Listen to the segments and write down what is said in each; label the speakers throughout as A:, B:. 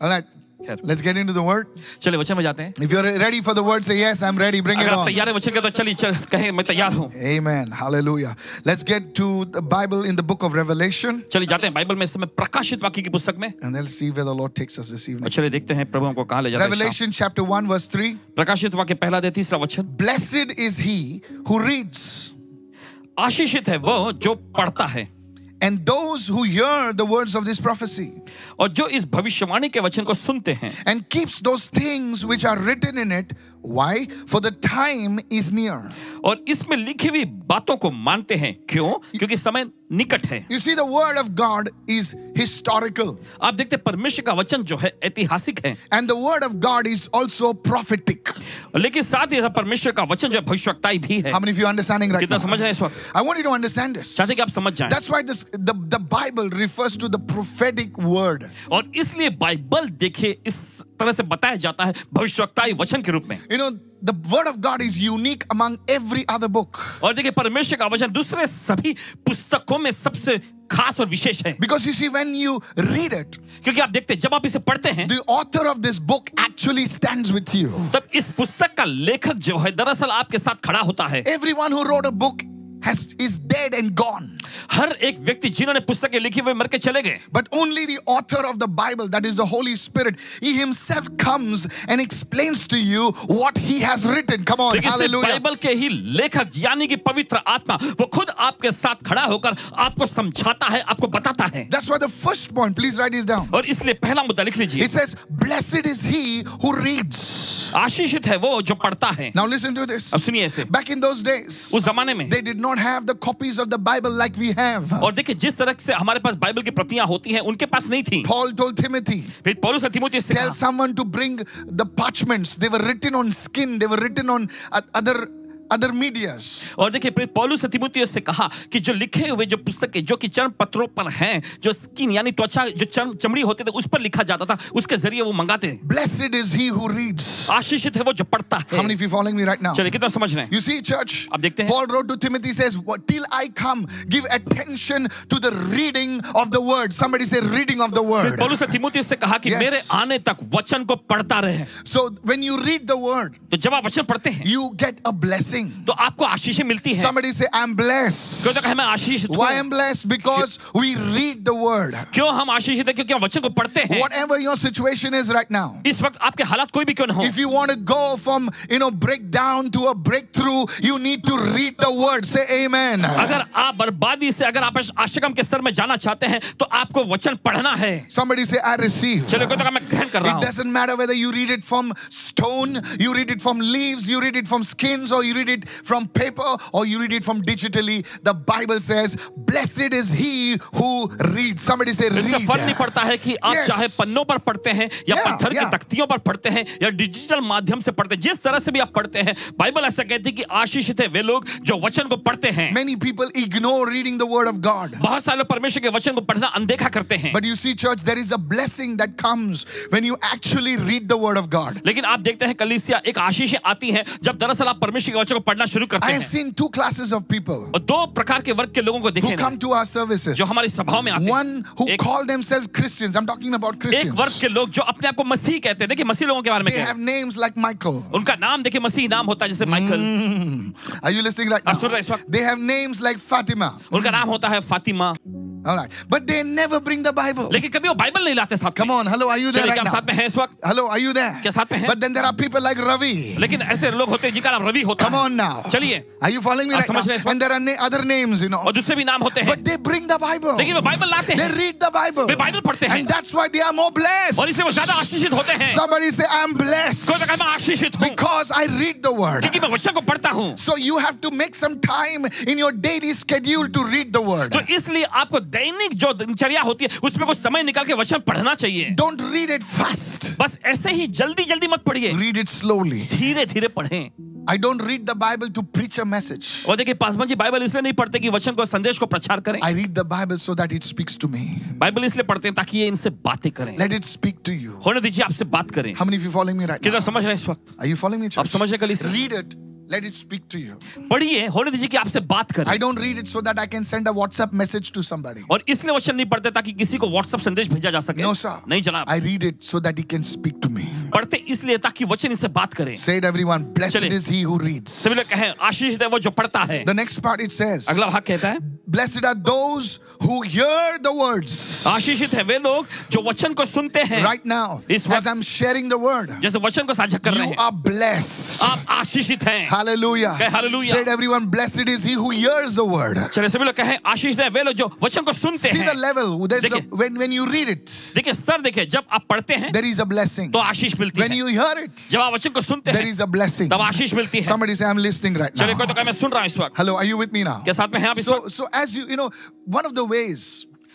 A: All right.
B: खैर
A: Let's get into the word.
B: चलिए वचन में जाते हैं
A: If you're ready for the word, say yes, I'm ready. Bring it
B: अगर आप
A: on.
B: तैयार है वचन के तो चलिए चल कहें मैं तैयार हूँ
A: Amen. Hallelujah. Let's get to the Bible in the book of Revelation
B: चलिए जाते हैं बाइबल में इस समय प्रकाशित वाक्य की पुस्तक में
A: and let's see where the Lord takes us this
B: और
A: evening.
B: चलिए देखते हैं प्रभु हमको कहाँ ले जाते हैं हाँ,
A: Revelation chapter 1, verse 3.
B: प्रकाशित वाक्य पहला दे तीसरा वचन
A: Blessed is he who reads,
B: आशीषित है वह जो पढ़ता है
A: and those who hear the words of this prophecy,
B: और जो इस भविष्यवाणी के वचन को सुनते हैं
A: and keeps those things which are written in it. Why? For the time is near.
B: और इसमें लिखी हुई बातों को मानते हैं क्यों क्योंकि समय निकट है
A: You see, the word of God is historical,
B: आप देखते हैं परमेश्वर का वचन जो है ऐतिहासिक है
A: and the word of God is also prophetic.
B: और लेकिन साथ ही साथ परमेश्वर का वचन जो है भविष्यवक्ताई भी है
A: How many of you are understanding right
B: कितना
A: now?
B: समझ रहे हैं इस वक्त
A: I want you to understand this.
B: चाहते हैं कि आप समझ जाएं
A: That's why this the, the Bible refers to the prophetic word.
B: और इसलिए बाइबल देखिए इस तरह से बताया जाता है भविष्यवक्ताई वचन के रूप में
A: You know, the word of God is unique among every other book
B: और देखिए परमेश्वर का वचन दूसरे सभी पुस्तकों में सबसे खास और विशेष है
A: because you see, when you read it,
B: क्योंकि आप देखते हैं जब आप इसे पढ़ते हैं
A: the author of this book actually stands with you.
B: तब इस पुस्तक का लेखक जो है दरअसल आपके साथ खड़ा होता है
A: Everyone who wrote a book has is dead and gone,
B: हर एक व्यक्ति जिन्होंने पुस्तकें लिखी हुई मर के चले गए
A: but only the author of the Bible, that is the Holy Spirit, he himself comes and explains to you what he has written. Come on,
B: लेकिन सिर्फ
A: hallelujah.
B: बाइबल के ही लेखक यानी कि पवित्र आत्मा वो खुद आपके साथ खड़ा होकर आपको समझाता है आपको बताता है
A: That's why the first point, please write this down.
B: और इसलिए पहला मुद्दा लिख लीजिए
A: It says, Blessed is he who reads.
B: आशीषित है वो जो पढ़ता है
A: Now listen to this.
B: अब सुनिए ऐसे
A: Back in those days,
B: उस जमाने में
A: they did not have the copies of the Bible like we have.
B: और देखिए जिस तरह से हमारे पास बाइबल की प्रतियां होती हैं उनके पास नहीं थी
A: Paul told Timothy,
B: फिर पौलुस ने तीमुथियुस से
A: tell
B: कहा,
A: someone to bring the parchments. They were written on skin, they were written on o- other other medias.
B: और देखिए प्रेरित पौलुस ने तिमुथियुस से कहा कि जो लिखे हुए जो पुस्तकें जो कि चर्म पत्रों पर हैं जो स्किन यानी त्वचा जो चर्म चमड़ी होते थे उस पर लिखा जाता था उसके जरिए वो मंगाते हैं
A: Blessed is he who reads.
B: आशीषित है वो जो पढ़ता
A: How
B: है
A: many of you following me right now?
B: चलिए कितना समझ रहे हैं
A: You see, church,
B: आप देखते हैं।
A: Paul wrote to Timothy says, "What- Till I come, give attention to the reading of the word. Somebody say, reading of the word.
B: पौलुस ने तिमुथियुस से कहा कि
A: Yes.
B: मेरे आने तक वचन को पढ़ता रहे
A: So when you read the word,
B: तो जब आप वचन पढ़ते हैं
A: you get a blessing.
B: तो आपको आशीषें मिलती हैं
A: Somebody say, I'm blessed.
B: क्यों तो कहे मैं आशीषित
A: Why
B: हूं
A: I'm blessed? Because we read the word.
B: क्यों हम आशीषित हैं क्योंकि हम वचन को पढ़ते हैं
A: Whatever your situation is right now.
B: इस वक्त आपके हालात कोई भी क्यों ना हो
A: If you want to go from you know breakdown to a breakthrough, you need to read the word. Say amen.
B: अगर आप बर्बादी से अगर आप आश्रम के स्तर में जाना चाहते हैं तो आपको वचन पढ़ना है
A: Somebody say, I receive.
B: चलो कोई तो कहा, मैं ग्रहण कर रहा
A: It
B: हूँ
A: doesn't matter whether you read it from stone, you read it from leaves, you read it from skins, or you read it from paper, or you read it from digitally. The Bible says, Blessed is he who reads. Somebody say,
B: इससे फर्क नहीं
A: read.
B: पड़ता है कि आप
A: Yes.
B: चाहे पन्नों पर पढ़ते हैं या
A: Yeah,
B: पत्थर की
A: yeah.
B: तख्तियों पर पढ़ते हैं या डिजिटल माध्यम से पढ़ते हैं जिस तरह से भी आप पढ़ते हैं बाइबल ऐसा कहती है कि आशीषित है वे लोग जो वचन को पढ़ते हैं
A: Many people ignore reading the word of God.
B: बहुत सारे लोग परमेश्वर के वचन को पढ़ना अनदेखा करते हैं
A: But you see, church, there is a blessing that comes when you actually read the Word of God.
B: लेकिन आप देखते हैं कलीसिया एक आशीषें आती हैं जब दरअसल आप परमेश्वर के वचन को पढ़ना शुरू
A: I
B: करते
A: have
B: हैं
A: seen two classes of people
B: और दो प्रकार के वर्ग के लोगों को
A: who
B: देखें ना,
A: come to our services.
B: जो हमारी सभाओं में आते हैं
A: One who
B: एक-
A: call themselves Christians. I'm talking about
B: एक वर्ग
A: Christians.
B: के लोग जो अपने आप को मसीह कहते हैं देखिए मसीह लोगों के बारे में
A: They
B: कह रहे
A: have names like Michael.
B: हैं। उनका नाम देखिए मसीह नाम होता है जैसे Michael
A: Hmm. Are you listening right
B: आप सुन रहे हैं इस
A: now?
B: वक्त?
A: They have names like Fatima.
B: उनका नाम होता है Fatima
A: All right. But they never bring the Bible.
B: लेकिन कभी वो बाइबल नहीं लाते साथ
A: Come
B: में
A: on. Hello, are you there right
B: चलिए क्या आप
A: now?
B: साथ में हैं इस वक्त
A: Hello, are you there?
B: क्या साथ में हैं?
A: But then there are people like Ravi.
B: लेकिन ऐसे लोग होते हैं जिनका नाम रवि होता
A: Come
B: है
A: on now.
B: चलिए
A: Are you following me
B: आप
A: right
B: समझ रहे हैं इस
A: now?
B: वक्त?
A: And there are na- other names, you know.
B: और दूसरे भी नाम होते हैं
A: But they bring the Bible.
B: लेकिन वो बाइबल लाते
A: They
B: हैं
A: read the Bible.
B: वे बाइबल पढ़ते हैं।
A: And that's why they are more blessed.
B: और इससे वो ज्यादा आशीषित होते हैं
A: Somebody say, I'm blessed
B: कोई तो कहे, मैं आशीषित हूँ
A: because I read the word.
B: क्योंकि मैं वचन को पढ़ता हूँ
A: So you have to make some time in your daily schedule to read the word.
B: तो इसलिए आपको दैनिक जो दिनचर्या होती है उसमें कुछ समय निकाल के वचन पढ़ना चाहिए
A: Don't read it fast.
B: बस ऐसे ही जल्दी जल्दी मत पढ़िए
A: Read it slowly.
B: धीरे धीरे पढ़ें
A: I don't read the Bible to preach a message.
B: और देखिए पासवान जी बाइबल इसलिए नहीं पढ़ते कि वचन को संदेश को प्रचार करें
A: I read the Bible so that it speaks to me.
B: Bible इसलिए पढ़ते हैं ताकि ये इनसे बातें करें
A: Let it speak to you.
B: होने दीजिए आपसे बात करें
A: How many of you following me right now?
B: कितना समझ रहे हैं इस वक्त
A: Are you following me, church?
B: समझ रहे हैं, कलीसिया?
A: Read it Let it speak to you.
B: पढ़िए होने दीजिए कि आपसे बात करें
A: I don't read it so that I can send a WhatsApp message to somebody.
B: और इसलिए वचन नहीं पढ़ते ताकि किसी को व्हाट्सएप संदेश भेजा जा सके
A: No, sir.
B: नहीं जनाब
A: I read it so that he can speak to me.
B: पढ़ते इसलिए ताकि वचन इसे बात करें
A: Say it, everyone. Blessed
B: चलिए।
A: is he who reads.
B: सभी लोग कहें आशीष दे वो जो पढ़ता है
A: The next part it says,
B: अगला भाग कहता है
A: Blessed are those who hear the words.
B: आशीषित है वे लोग जो वचन को सुनते हैं
A: Right now,
B: This
A: as
B: one-
A: I'm sharing the word,
B: जैसे वचन को साझा कर रहे
A: you
B: हैं
A: are हाँ। blessed.
B: आप आशीषित हैं
A: Hallelujah.
B: Say hallelujah.
A: Say it, everyone. Blessed is he who hears the word.
B: चले सभी लोग कहें आशीष दे वे लोग जो वचन को सुनते
A: See
B: हैं
A: the level. There's a,
B: देखिए।
A: when, when you read it,
B: देखिए स्तर देखिए जब आप पढ़ते हैं
A: there is a blessing.
B: तो आशीष मिलती
A: When
B: है
A: you hear it,
B: जब आप वचन को सुनते
A: there
B: हैं
A: is a blessing.
B: तब आशीष मिलती है
A: Somebody say, I'm listening right
B: चले कोई
A: now.
B: तो कहे मैं सुन रहा हूँ इस वक्त
A: Hello, are you with me now?
B: क्या साथ में हैं आप इस
A: So, so as you, you know, one of the ways,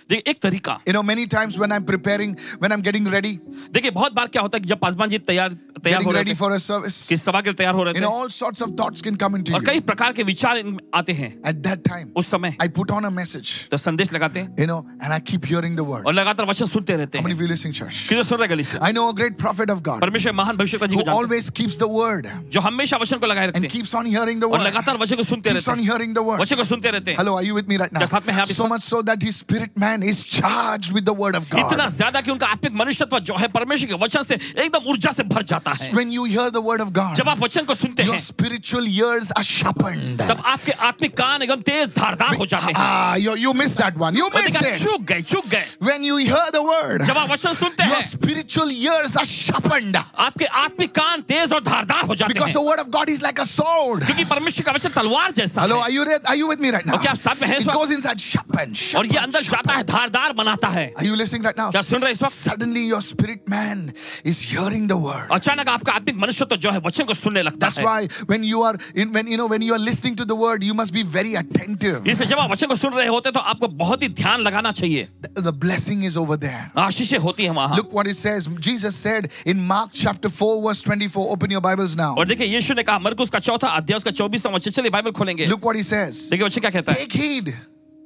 B: वक्त देखिए एक तरीका
A: you know, many times when I'm preparing, when I'm getting ready,
B: देखिए बहुत बार क्या होता है कि जब पासवान जी तैयार तैयार
A: getting
B: हो रहे
A: ready
B: थे
A: for a service,
B: किस सभा के लिए तैयार हो रहे
A: you know,
B: थे
A: all sorts of thoughts can come into
B: और कई
A: you.
B: प्रकार के विचार इन- आते हैं
A: At that time,
B: उस समय
A: I put on a message,
B: तो संदेश लगाते हैं
A: you know, and I keep hearing the word.
B: और लगातार वचन सुनते रहते
A: How
B: हैं
A: many of you listening, church?
B: किधर सुन रहे गली से
A: I know a great prophet of God
B: परमेश्वर महान भविष्यता जी को
A: who
B: जानते हैं,
A: always keeps the word
B: जो हमेशा वचन को लगाए रखते
A: and
B: हैं
A: keeps on hearing the
B: और
A: word.
B: लगातार वचन को सुनते
A: Keeps on
B: रहते हैं
A: hearing the word.
B: वचन को सुनते रहते हैं
A: Hello, are you with me right now?
B: क्या साथ में हैं आप इस
A: So much so that his spirit man is charged with the word of
B: इतना
A: God.
B: ज्यादा कि उनका आत्मिक मनुष्यत्व जो है परमेश्वर के वचन से एकदम ऊर्जा से भर जाता है
A: When you hear the word of God,
B: जब आप वचन को सुनते
A: your
B: हैं
A: spiritual ears are sharpened.
B: तब आपके आत्मिक कान एकदम तेज धारदार हो जाते हैं
A: Ah, you, you missed that one. You
B: और
A: missed
B: देखा,
A: it.
B: चूक गए चूक गए
A: When you hear the word,
B: जब आप वचन सुनते
A: your
B: हैं
A: spiritual ears are sharpened
B: आपके आत्मिक कान तेज और धारदार हो जाते
A: because
B: हैं
A: the word of God is like a sword.
B: क्योंकि परमेश्वर का वचन तलवार जैसा
A: Hello,
B: है
A: are you re- are you with me right now?
B: Okay, आप साथ में हैं इस
A: It
B: वक्त?
A: goes inside, sharpen,
B: और ये
A: sharpen.
B: अंदर जाता है धारदार बनाता है
A: Are you listening right now?
B: क्या सुन रहे हैं इस वक्त
A: Suddenly, your spirit man is hearing the word.
B: अचानक आपका आत्मिक मनुष्य तो जो है वचन को सुनने लगता
A: That's
B: है
A: why when you are in when you know when you are listening to the word, you must be very attentive.
B: इसलिए जब आप वचन को सुन रहे होते हैं, तो आपको बहुत ही ध्यान लगाना चाहिए
A: The- The blessing is over there.
B: आशीषें होती है वहां
A: Look what it says. Jesus said in Mark chapter 4, verse 24. Open your Bibles now.
B: और देखिए यीशु ने कहा मरकुस का चौथा अध्याय उसका चौबीसवा वचन चलिए बाइबल खोलेंगे
A: Look what he says.
B: देखिए वचन क्या कहता है
A: Take heed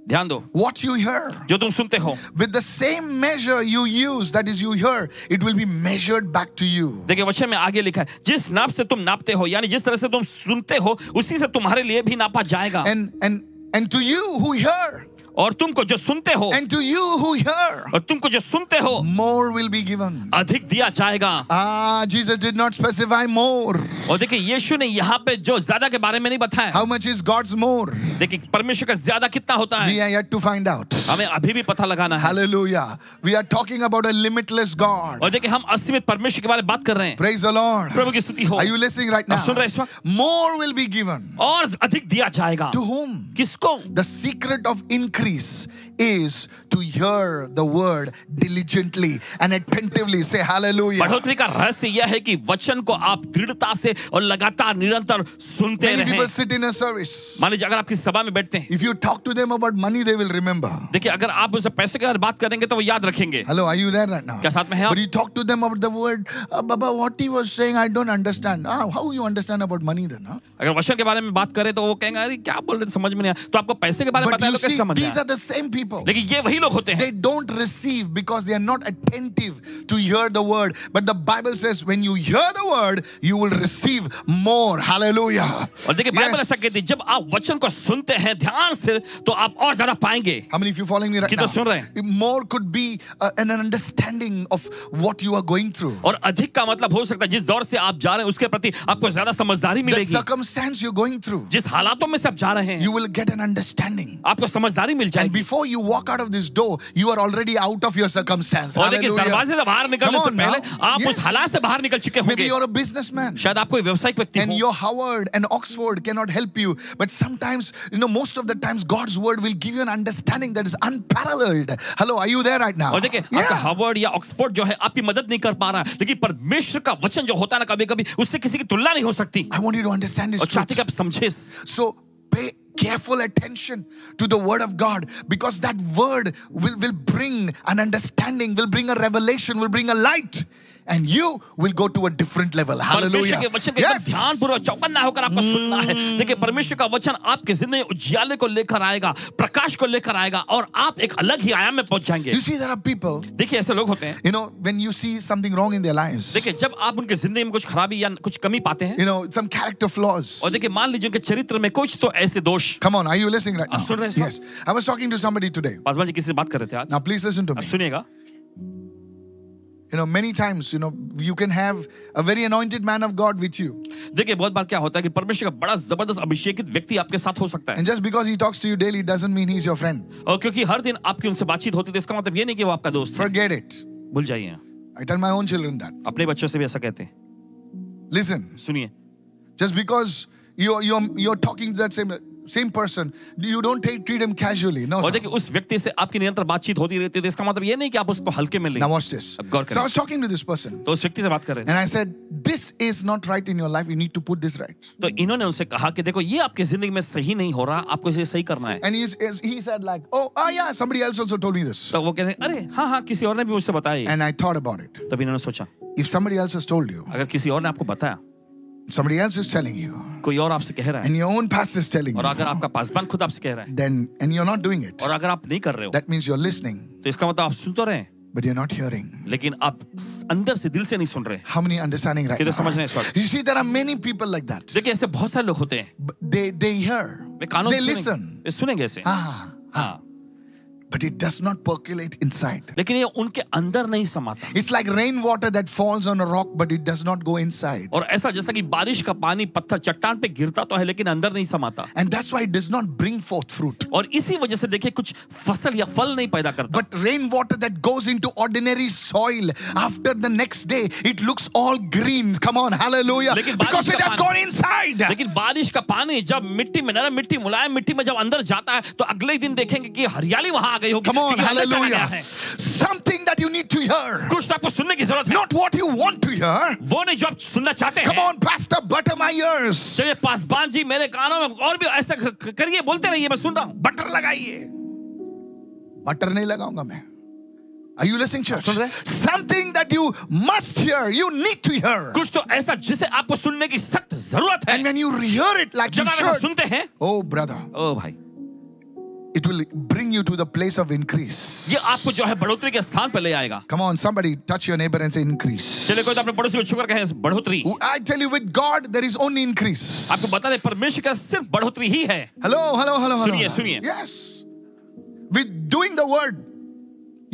B: ध्यान दो
A: what you hear.
B: जो तुम सुनते हो
A: With the same measure you use, that is, you hear, it will be measured back to you.
B: देखिए वचन में आगे लिखा है जिस नाप से तुम नापते हो यानी जिस तरह से तुम सुनते हो उसी से तुम्हारे लिए भी नापा जाएगा
A: And and and to you who hear,
B: और तुमको जो सुनते हो
A: and to you who hear,
B: और तुमको जो सुनते हो
A: more will be given.
B: अधिक दिया जाएगा
A: Ah, Jesus did not specify more.
B: और देखिए यीशु ने यहाँ पे जो ज्यादा के बारे में नहीं बताया
A: How much is God's more?
B: देखिए परमेश्वर का ज्यादा कितना होता
A: We
B: है
A: are yet to find out.
B: हमें अभी भी पता लगाना है
A: Hallelujah. We are talking about a limitless God.
B: और देखिए हम असीमित परमेश्वर के बारे में बात कर रहे हैं
A: Praise the Lord.
B: प्रभु की स्तुति हो
A: Are you listening right
B: आप
A: now?
B: सुन रहे हैं इस वक्त?
A: More will be given.
B: और अधिक दिया जाएगा
A: To whom?
B: किसको
A: The secret of increase is to hear the word diligently and attentively. Say hallelujah.
B: बढ़ोतरी का रहस्य यह है कि वचन को आप दृढ़ता से और लगातार निरंतर सुनते
A: Many
B: रहें
A: people sit in a service.
B: मान लीजिए अगर आप किसी सभा में बैठते हैं
A: If you talk to them about money, they will remember.
B: देखिए अगर आप उनसे पैसे के बारे में बात करेंगे तो वो याद रखेंगे
A: Hello, are you there right now?
B: क्या साथ में हैं आप?
A: But you talk to them about the word, "Ah, Baba, what he was saying, I don't understand. Ah, how you understand about money then? huh?
B: अगर वचन के बारे में बात करें तो वो कहेंगे अरे क्या बोल रहे थे, समझ में नहीं आया तो आपको पैसे के बारे में
A: But
B: पता है
A: you
B: तो कैसे
A: see,
B: समझ
A: these
B: आया
A: are the same people.
B: लेकिन ये वही लोग होते हैं
A: They don't receive because they are not attentive to hear the word. But the Bible says, when you hear the word, you will receive more. Hallelujah.
B: और देखिए Bible
A: Yes.
B: ऐसा कहती है जब आप वचन को सुनते हैं ध्यान से तो आप और ज्यादा पाएंगे
A: How many of you following me right
B: कितने सुन रहे
A: now? More could be uh, an an understanding of what you are going through.
B: और अधिक का मतलब हो सकता है जिस दौर से आप जा रहे हैं उसके प्रति आपको ज्यादा समझदारी
A: The
B: मिलेगी
A: circumstance you're going through,
B: जिस हालातों में से आप जा रहे हैं
A: you will get an understanding.
B: आपको समझदारी मिल
A: And
B: जाएगी
A: before you walk out of this door, you are already out of your circumstance.
B: और देखिए इस दरवाजे से
A: Hallelujah.
B: बाहर निकलने
A: Come
B: से
A: on
B: पहले
A: now.
B: आप
A: Yes.
B: उस हालात से बाहर निकल चुके
A: Maybe
B: होंगे
A: you're a businessman.
B: शायद आप कोई व्यावसायिक व्यक्ति
A: and
B: हो
A: your Howard and Oxford cannot help you. But sometimes, you know, most of the times, God's word will give you an understanding that is unparalleled. Hello, are you there right now?
B: और देखिए आपका
A: Yeah.
B: Harvard या Oxford जो है आपकी मदद नहीं कर पा रहा है लेकिन परमेश्वर का वचन जो होता है ना कभी कभी उससे किसी की तुलना नहीं हो सकती
A: I want you to understand this
B: और चाहते
A: truth.
B: कि आप समझे
A: So pay careful attention to the word of God because that word will, will bring an understanding, will bring a revelation, will bring a light. and you will go to a different level.
B: परमेश्वर
A: Hallelujah.
B: के वचन के ऊपर
A: Yes. Hmm.
B: ध्यानपूर्वक चौकन्ना होकर आपको सुनना है देखिए परमेश्वर का वचन आपकी जिंदगी में उज्याले को लेकर आएगा प्रकाश को लेकर आएगा और आप एक अलग ही आयाम में पहुंच जाएंगे
A: You see, there are people,
B: देखिए ऐसे लोग होते हैं
A: you know, when you see something wrong in their lives,
B: देखिए जब आप उनके जिंदगी में कुछ खराबी या कुछ कमी पाते हैं
A: you know, some character flaws.
B: और देखिए मान लीजिए उनके चरित्र में कुछ तो ऐसे दोष
A: Come on, are you listening right
B: आप
A: now?
B: सुन रहे हैं इस
A: Yes. I was talking to somebody today.
B: Paswan ji किसी से बात कर रहे थे आज
A: Now, please listen to
B: अब
A: me.
B: सुनिएगा
A: You know, many times, you know, you can have a very anointed man of God with you.
B: देखिए बहुत बार क्या होता है कि परमेश्वर का बड़ा जबरदस्त अभिषेकित व्यक्ति आपके साथ हो सकता है
A: And just because he talks to you daily doesn't mean he's your friend.
B: और क्योंकि हर दिन आपकी उनसे बातचीत होती है तो इसका मतलब ये नहीं कि वो आपका दोस्त है
A: Forget it.
B: भूल जाइए
A: I tell my own children that.
B: अपने बच्चों से भी ऐसा कहते हैं
A: Listen,
B: सुनिए
A: just because you're, you're, you're talking to that same, same person, you don't take, treat him casually. No,
B: और
A: sir.
B: देखिए उस व्यक्ति से आपकी निरंतर बातचीत होती रहती है तो इसका मतलब ये नहीं कि आप उसको हल्के में लें
A: Now, watch this.
B: अब गौर
A: So, I
B: करें
A: was talking to this person,
B: तो उस व्यक्ति से बात कर रहे थे
A: and I said, This is not right in your life. You need to put this right.
B: तो इन्होंने उनसे कहा कि देखो ये आपकी जिंदगी में सही नहीं हो रहा आपको इसे सही करना है
A: And he, he said, like, Oh, ah, yeah, somebody else also told me this.
B: तो वो कहते हैं अरे हाँ हाँ किसी और ने भी मुझसे बताया
A: And I thought about it.
B: तब इन्होंने सोचा
A: If somebody else has told you,
B: अगर किसी और ने आपको बताया
A: somebody else is telling you,
B: कोई और आपसे कह रहा है
A: and your own past is telling
B: और
A: you,
B: अगर आपका पासबान खुद आपसे कह रहा है
A: then, and you're not doing it,
B: और अगर आप नहीं कर रहे हो
A: that means you're listening,
B: तो इसका मतलब आप सुन तो रहे हैं
A: but you're not hearing.
B: लेकिन आप अंदर से दिल से नहीं सुन रहे हैं।
A: How many understanding right
B: किधर
A: now?
B: समझ रहे हैं इस वक्त
A: You see, there are many people like that.
B: देखिए ऐसे बहुत सारे लोग होते हैं
A: But They they hear,
B: वे कानों
A: they
B: से
A: listen,
B: सुनेंगे, वे सुनेंगे ऐसे
A: ah,
B: हाँ
A: but it does not percolate inside.
B: लेकिन ये उनके अंदर नहीं समाता
A: It's like rainwater that falls on a rock, but it does not go inside.
B: और ऐसा जैसा कि बारिश का पानी पत्थर चट्टान पे गिरता तो है लेकिन अंदर नहीं समाता
A: And that's why it does not bring forth fruit.
B: और इसी वजह से देखिए कुछ फसल या फल नहीं पैदा करता
A: But rainwater that goes into ordinary soil, after the next day, it looks all green. Come on, hallelujah.
B: लेकिन बारिश
A: Because it
B: का
A: has
B: पानी-
A: gone inside.
B: लेकिन बारिश का पानी जब मिट्टी में नरम मिट्टी मुलायम मिट्टी में जब अंदर जाता है तो अगले ही दिन देखेंगे कि हरियाली वहां आ गई होगी
A: Come on,
B: क्योंकि अंदर चला गया
A: hallelujah.
B: है।
A: Something that you need to hear,
B: कुछ तो आपको सुनने की जरूरत है
A: not what you want to hear.
B: वो नहीं जो आप सुनना चाहते
A: Come
B: हैं
A: on, Pastor, butter my ears.
B: चलिए पासवान जी मेरे कानों में और भी ऐसा क- क- करिए बोलते रहिए मैं सुन रहा हूँ
A: बटर लगाइए बटर नहीं लगाऊंगा मैं Are you listening, church?
B: सुन रहे हैं?
A: Something that you must hear, you need to hear.
B: कुछ तो ऐसा जिसे आपको सुनने की सख्त जरूरत है
A: And when you hear it like you
B: जब आप ऐसा
A: should,
B: सुनते हैं
A: oh brother,
B: ओ भाई
A: it will bring you to the place of increase.
B: ये आपको जो है बढ़ोतरी के स्थान पर ले आएगा
A: Come on, somebody touch your neighbor and say increase.
B: चलिए कोई तो अपने पड़ोसी को छुकर कहे बढ़ोतरी
A: I tell you, with God, there is only increase.
B: आपको बता दें परमेश्वर का सिर्फ बढ़ोतरी ही है
A: Hello, hello, hello, hello.
B: सुनिए, सुनिए।
A: Yes. With doing the word,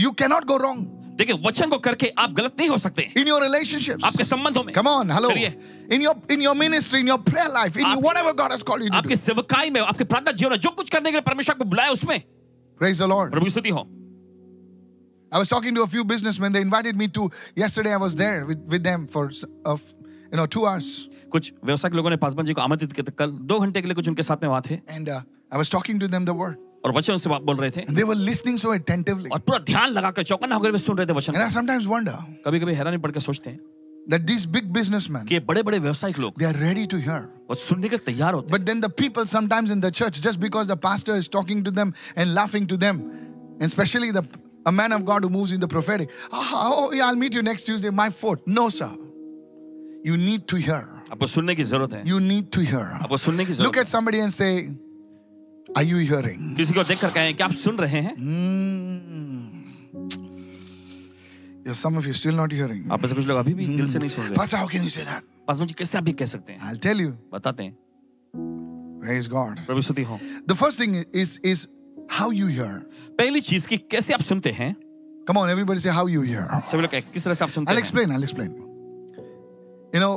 A: you cannot go wrong
B: देखिए वचन को करके आप गलत नहीं हो सकते
A: in your relationships.
B: आपके संबंधों में
A: Come on, hello.
B: चलिए।
A: In your in your ministry, in your prayer life, in
B: आप-
A: whatever God has called you to
B: आपके
A: do.
B: सेवकाई में आपके प्रार्थना जीवन में जो कुछ करने के लिए परमेश्वर आपको बुलाया उसमें
A: Praise the Lord.
B: प्रभु की स्तुति हो
A: I was talking to a few businessmen. They invited me to yesterday. I was there with, with them for s- of you know two hours,
B: कुछ व्यवसाय के लोगों ने पासवान जी को आमंत्रित किया था। कल दो घंटे के लिए कुछ उनके साथ में वहां थे
A: and uh, I was talking to them the word,
B: और वचन से बोल रहे थे
A: and they were listening so attentively.
B: और पूरा ध्यान लगाकर चौकन्ना होकर वे सुन रहे थे वचन
A: And I sometimes wonder
B: कभी कभी हैरानी पड़ के सोचते हैं
A: that these big businessmen
B: कि बड़े बड़े व्यवसायिक लोग
A: they are ready to hear.
B: वो सुनने के लिए तैयार होते
A: But then the people sometimes in the church, just because the pastor is talking to them and laughing to them, and especially the a man of God who moves in the prophetic, "Ah, oh yeah, I'll meet you next Tuesday, my fourth. No, sir. You need to hear.
B: हैं आपको सुनने की जरूरत है
A: You need to hear.
B: आपको सुनने की
A: Look
B: जरूरत
A: at somebody and say, Are you hearing?
B: है किसी को देखकर कहें कि आप सुन रहे हैं
A: Yes, some of you still not hearing.
B: आप में से कुछ लोग अभी भी
A: Hmm.
B: दिल से नहीं सुन रहे
A: Pastor, how can you say that?
B: Paswan ji कैसे आप भी कह सकते हैं
A: I'll tell you.
B: बताते हैं
A: Praise God.
B: प्रभु की स्तुति हो
A: The first thing is is how you hear.
B: पहली चीज की कैसे आप सुनते हैं
A: Come on, everybody say how you hear.
B: सभी लोग किस तरह से आप सुनते
A: I'll
B: हैं
A: explain. I'll explain. You know,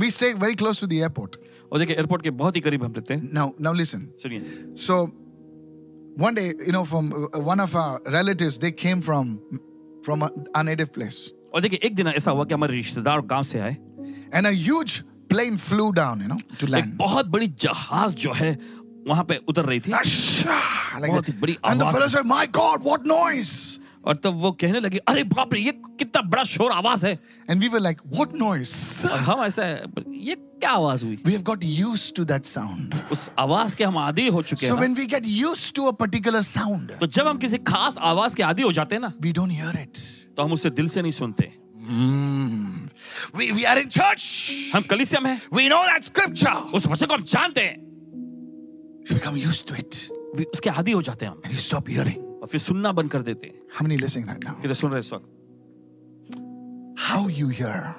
A: we stay very close to the airport.
B: और देखिए एयरपोर्ट के बहुत ही करीब हम रहते हैं
A: Now, now listen.
B: सुनिए
A: So, one day, you know, from uh, one of our relatives, they came from from a, our native place,
B: और देखिए एक दिन ऐसा हुआ कि हमारे रिश्तेदार गांव से आए
A: and a huge plane flew down, you know, to
B: एक
A: land.
B: बहुत बड़ी जहाज जो है वहां पे उतर रही
A: Ah.
B: थी
A: Asha! Like
B: बहुत
A: that.
B: बड़ी
A: And the
B: आवाज
A: fellow
B: है।
A: said, "My God, what noise!"
B: और तब वो कहने लगे अरे बाप रे ये कितना बड़ा शोर आवाज है
A: And we were like, "What noise?"
B: और हम ऐसा ये क्या आवाज हुई
A: We have got used to that sound.
B: उस आवाज के हम आदि हो चुके
A: So
B: हैं ना।
A: when we get used to a particular sound,
B: तो जब हम किसी खास आवाज के आदि हो जाते हैं ना
A: we don't hear it.
B: तो हम उसे दिल से नहीं सुनते
A: We, we are in church.
B: हम कलिसियम है
A: We know that scripture.
B: उस वचन को हम जानते हैं
A: You become used to it
B: वे- उसके आदि हो जाते हैं हम
A: and you stop hearing.
B: और फिर सुनना बंद कर देते हैं
A: How many listening right now?
B: कितने सुन रहे हैं इस वक्त
A: How you hear.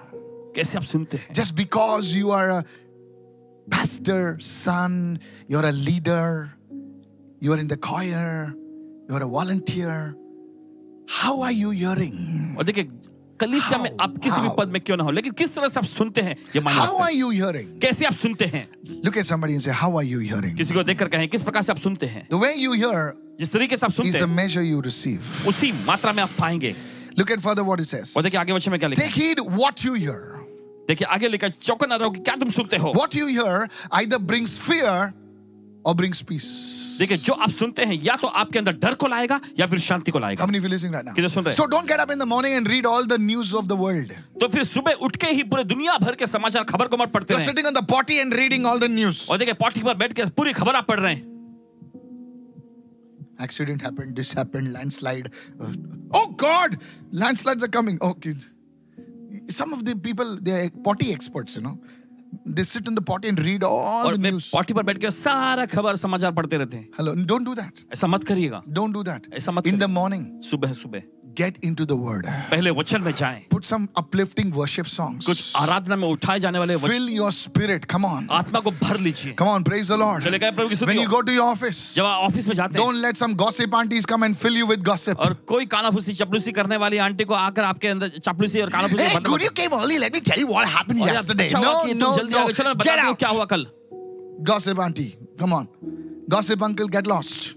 B: कैसे आप सुनते हैं
A: Just because you are a pastor, son, you're a leader, you are in the choir, you're a volunteer. How are you hearing?
B: और देखिए कलिसियम में आप किसी भी
A: How?
B: पद में क्यों ना हो लेकिन किस तरह से आप सुनते हैं ये मायने
A: How
B: रखता
A: are
B: है
A: you hearing?
B: कैसे आप सुनते हैं
A: Look at somebody and say, How are you hearing?
B: किसी को देखकर कहें किस प्रकार से आप सुनते हैं
A: The way you hear
B: जिस तरीके से आप
A: is
B: सुनते
A: the
B: हैं
A: measure you receive.
B: उसी मात्रा में आप पाएंगे
A: Look at further what it says.
B: और देखिए आगे बच्चे में क्या लिखा है।
A: Take heed what you hear.
B: देखिए आगे लिखा है, चौकन्ना रहो कि क्या तुम सुनते हो
A: What you hear either brings fear or brings peace.
B: देखिए जो आप सुनते हैं या तो आपके अंदर डर को लाएगा या फिर शांति को
A: How
B: लाएगा
A: many of you listening right now?
B: कितने सुन रहे हैं?
A: So don't get up in the morning and read all the news of the world.
B: तो फिर सुबह उठ के ही पूरे दुनिया भर के समाचार खबर को मत पढ़ते
A: You're
B: रहे
A: sitting on the potty and reading all the news.
B: और देखिए पॉटी पर बैठ के पूरी खबर आप पढ़ रहे हैं
A: Accident happened, this happened, landslide. Uh, Oh God, landslides are coming. Oh, kids. Some of the people, they're potty experts, you know. They sit in the potty and read all
B: और
A: the
B: मैं
A: news.
B: Potty पर बैठ के सारा खबर समाचार पढ़ते रहते हैं
A: Hello, don't do that.
B: ऐसा मत करिएगा
A: Don't do that.
B: ऐसा मत
A: In the
B: करिए।
A: morning,
B: सुबह सुबह
A: get into the word.
B: पहले वचन में जाएं
A: Put some uplifting worship songs.
B: कुछ आराधना में उठाए जाने वाले वचन
A: Fill your spirit. Come on.
B: आत्मा को भर लीजिए
A: Come on, praise the Lord.
B: चले गए प्रभु की
A: When
B: स्तुति
A: you
B: हो।
A: go to your office,
B: जब आप ऑफिस में जाते हैं
A: don't let some gossip aunties come and fill you with gossip.
B: और कोई कानाफूसी चपलूसी करने वाली आंटी को आकर आपके अंदर चापलूसी और कानाफूसी
A: Hey,
B: भरना
A: good, you
B: पड़ता
A: came early. Let me tell you what happened
B: है। और यार,
A: yesterday.
B: अच्छा हुआ
A: No,
B: कि तुम
A: no,
B: जल्दी आ
A: no.
B: गए। चलो मैं
A: Get
B: बताती हूँ
A: out.
B: क्या हुआ कल
A: Gossip auntie, come on. Gossip uncle, get lost.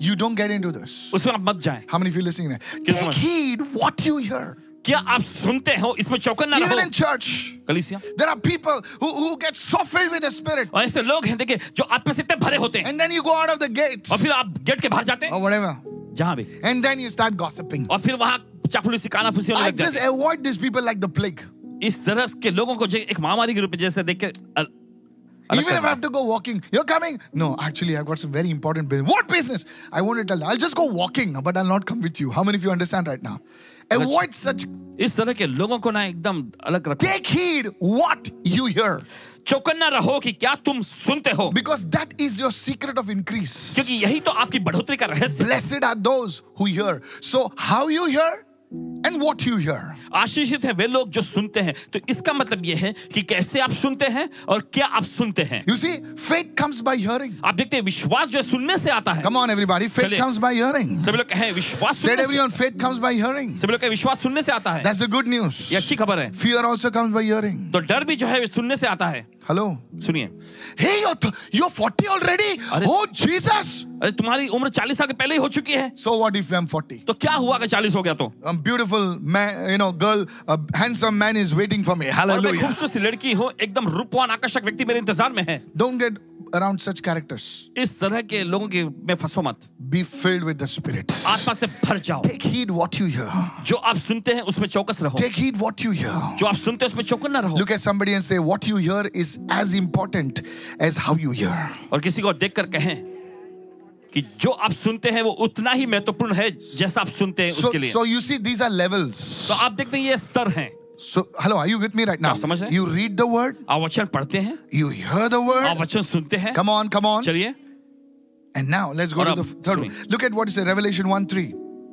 A: You don't get into this.
B: उसमें आप मत जाएं
A: How many of you listening? there?
B: Yes,
A: Take
B: ma'am.
A: heed what you hear.
B: क्या आप सुनते हो इसमें चौकन्ना
A: Even
B: रहो
A: in church,
B: कलिसिया
A: there are people who, who get so filled with the Spirit,
B: और ऐसे लोग हैं देखिए जो आप में से इतने भरे होते हैं
A: and then you go out of the gate
B: और फिर आप गेट के बाहर जाते हैं
A: or whatever,
B: जहाँ भी
A: and then you start gossiping.
B: और फिर वहाँ चापलूसी कानाफूसी होने
A: I
B: लग जाती
A: just avoid these people like the plague.
B: है। इस तरह के लोगों को जो एक महामारी के रूप में जैसे देख के अल- अलग
A: Even if I
B: करना।
A: have to go walking, you're coming? No, actually, I've got some very important business. What business? I won't tell. I'll just go walking, but I'll not come with you. How many of you understand right now? Avoid such.
B: इस तरह के लोगों को ना एकदम अलग रखो
A: Take heed what you hear,
B: चौकन्ना रहो कि क्या तुम सुनते हो
A: because that is your secret of increase.
B: क्योंकि यही तो आपकी बढ़ोतरी का रहस्य है।
A: Blessed are those who hear. So, how you hear and what you hear.
B: आशीषित है वे लोग जो सुनते हैं तो इसका मतलब यह है कि कैसे आप सुनते हैं और क्या आप सुनते हैं
A: You see, faith comes by hearing.
B: आप देखते हैं विश्वास जो है सुनने से आता है
A: Come on, everybody. Faith
B: चलिए।
A: comes by hearing.
B: सभी लोग कहें विश्वास
A: Said
B: सुनने से,
A: everyone, faith comes by hearing.
B: सभी लोग कहें विश्वास सुनने से आता है
A: That's the good news.
B: ये अच्छी खबर है
A: Fear also comes by hearing.
B: तो डर भी जो है सुनने से आता है
A: Hello.
B: सुनिए
A: Hey, you're, th- you're 40 already.
B: अरे-
A: Oh, Jesus.
B: अरे तुम्हारी उम्र 40 साल के पहले ही हो चुकी है
A: So what if I'm 40?
B: तो क्या हुआ अगर 40 हो गया तो
A: A beautiful man, you know, girl, a handsome man is waiting for me.
B: और मैं
A: Hallelujah.
B: खूबसूरत सी लड़की हूँ एकदम रूपवान आकर्षक व्यक्ति मेरे इंतजार में है
A: Don't get around such characters.
B: इस तरह के लोगों के में फंसो मत
A: Be filled with the Spirit.
B: आत्मा से भर जाओ
A: Take heed what you hear.
B: जो आप सुनते हैं उसमें चौकस रहो
A: Take heed what you hear.
B: जो आप सुनते हैं उसमें चौकन ना रहो
A: Look at somebody and say, What you hear is as important as how you hear.
B: और किसी को देखकर कहें कि जो आप सुनते हैं वो उतना ही महत्वपूर्ण है जैसा आप सुनते हैं
A: So,
B: उसके लिए
A: so you see, these are levels.
B: तो आप देखते हैं ये स्तर हैं
A: So, hello, are you with me right now?
B: आप समझ रहे हैं?
A: You read the word,
B: आप वचन पढ़ते हैं
A: you hear the
B: आप
A: word.
B: वचन सुनते हैं
A: Come on, come on.
B: चलिए
A: And now let's go
B: और
A: to
B: अब
A: the f- third one.
B: सुनिए।
A: Look at what is the Revelation 1 3.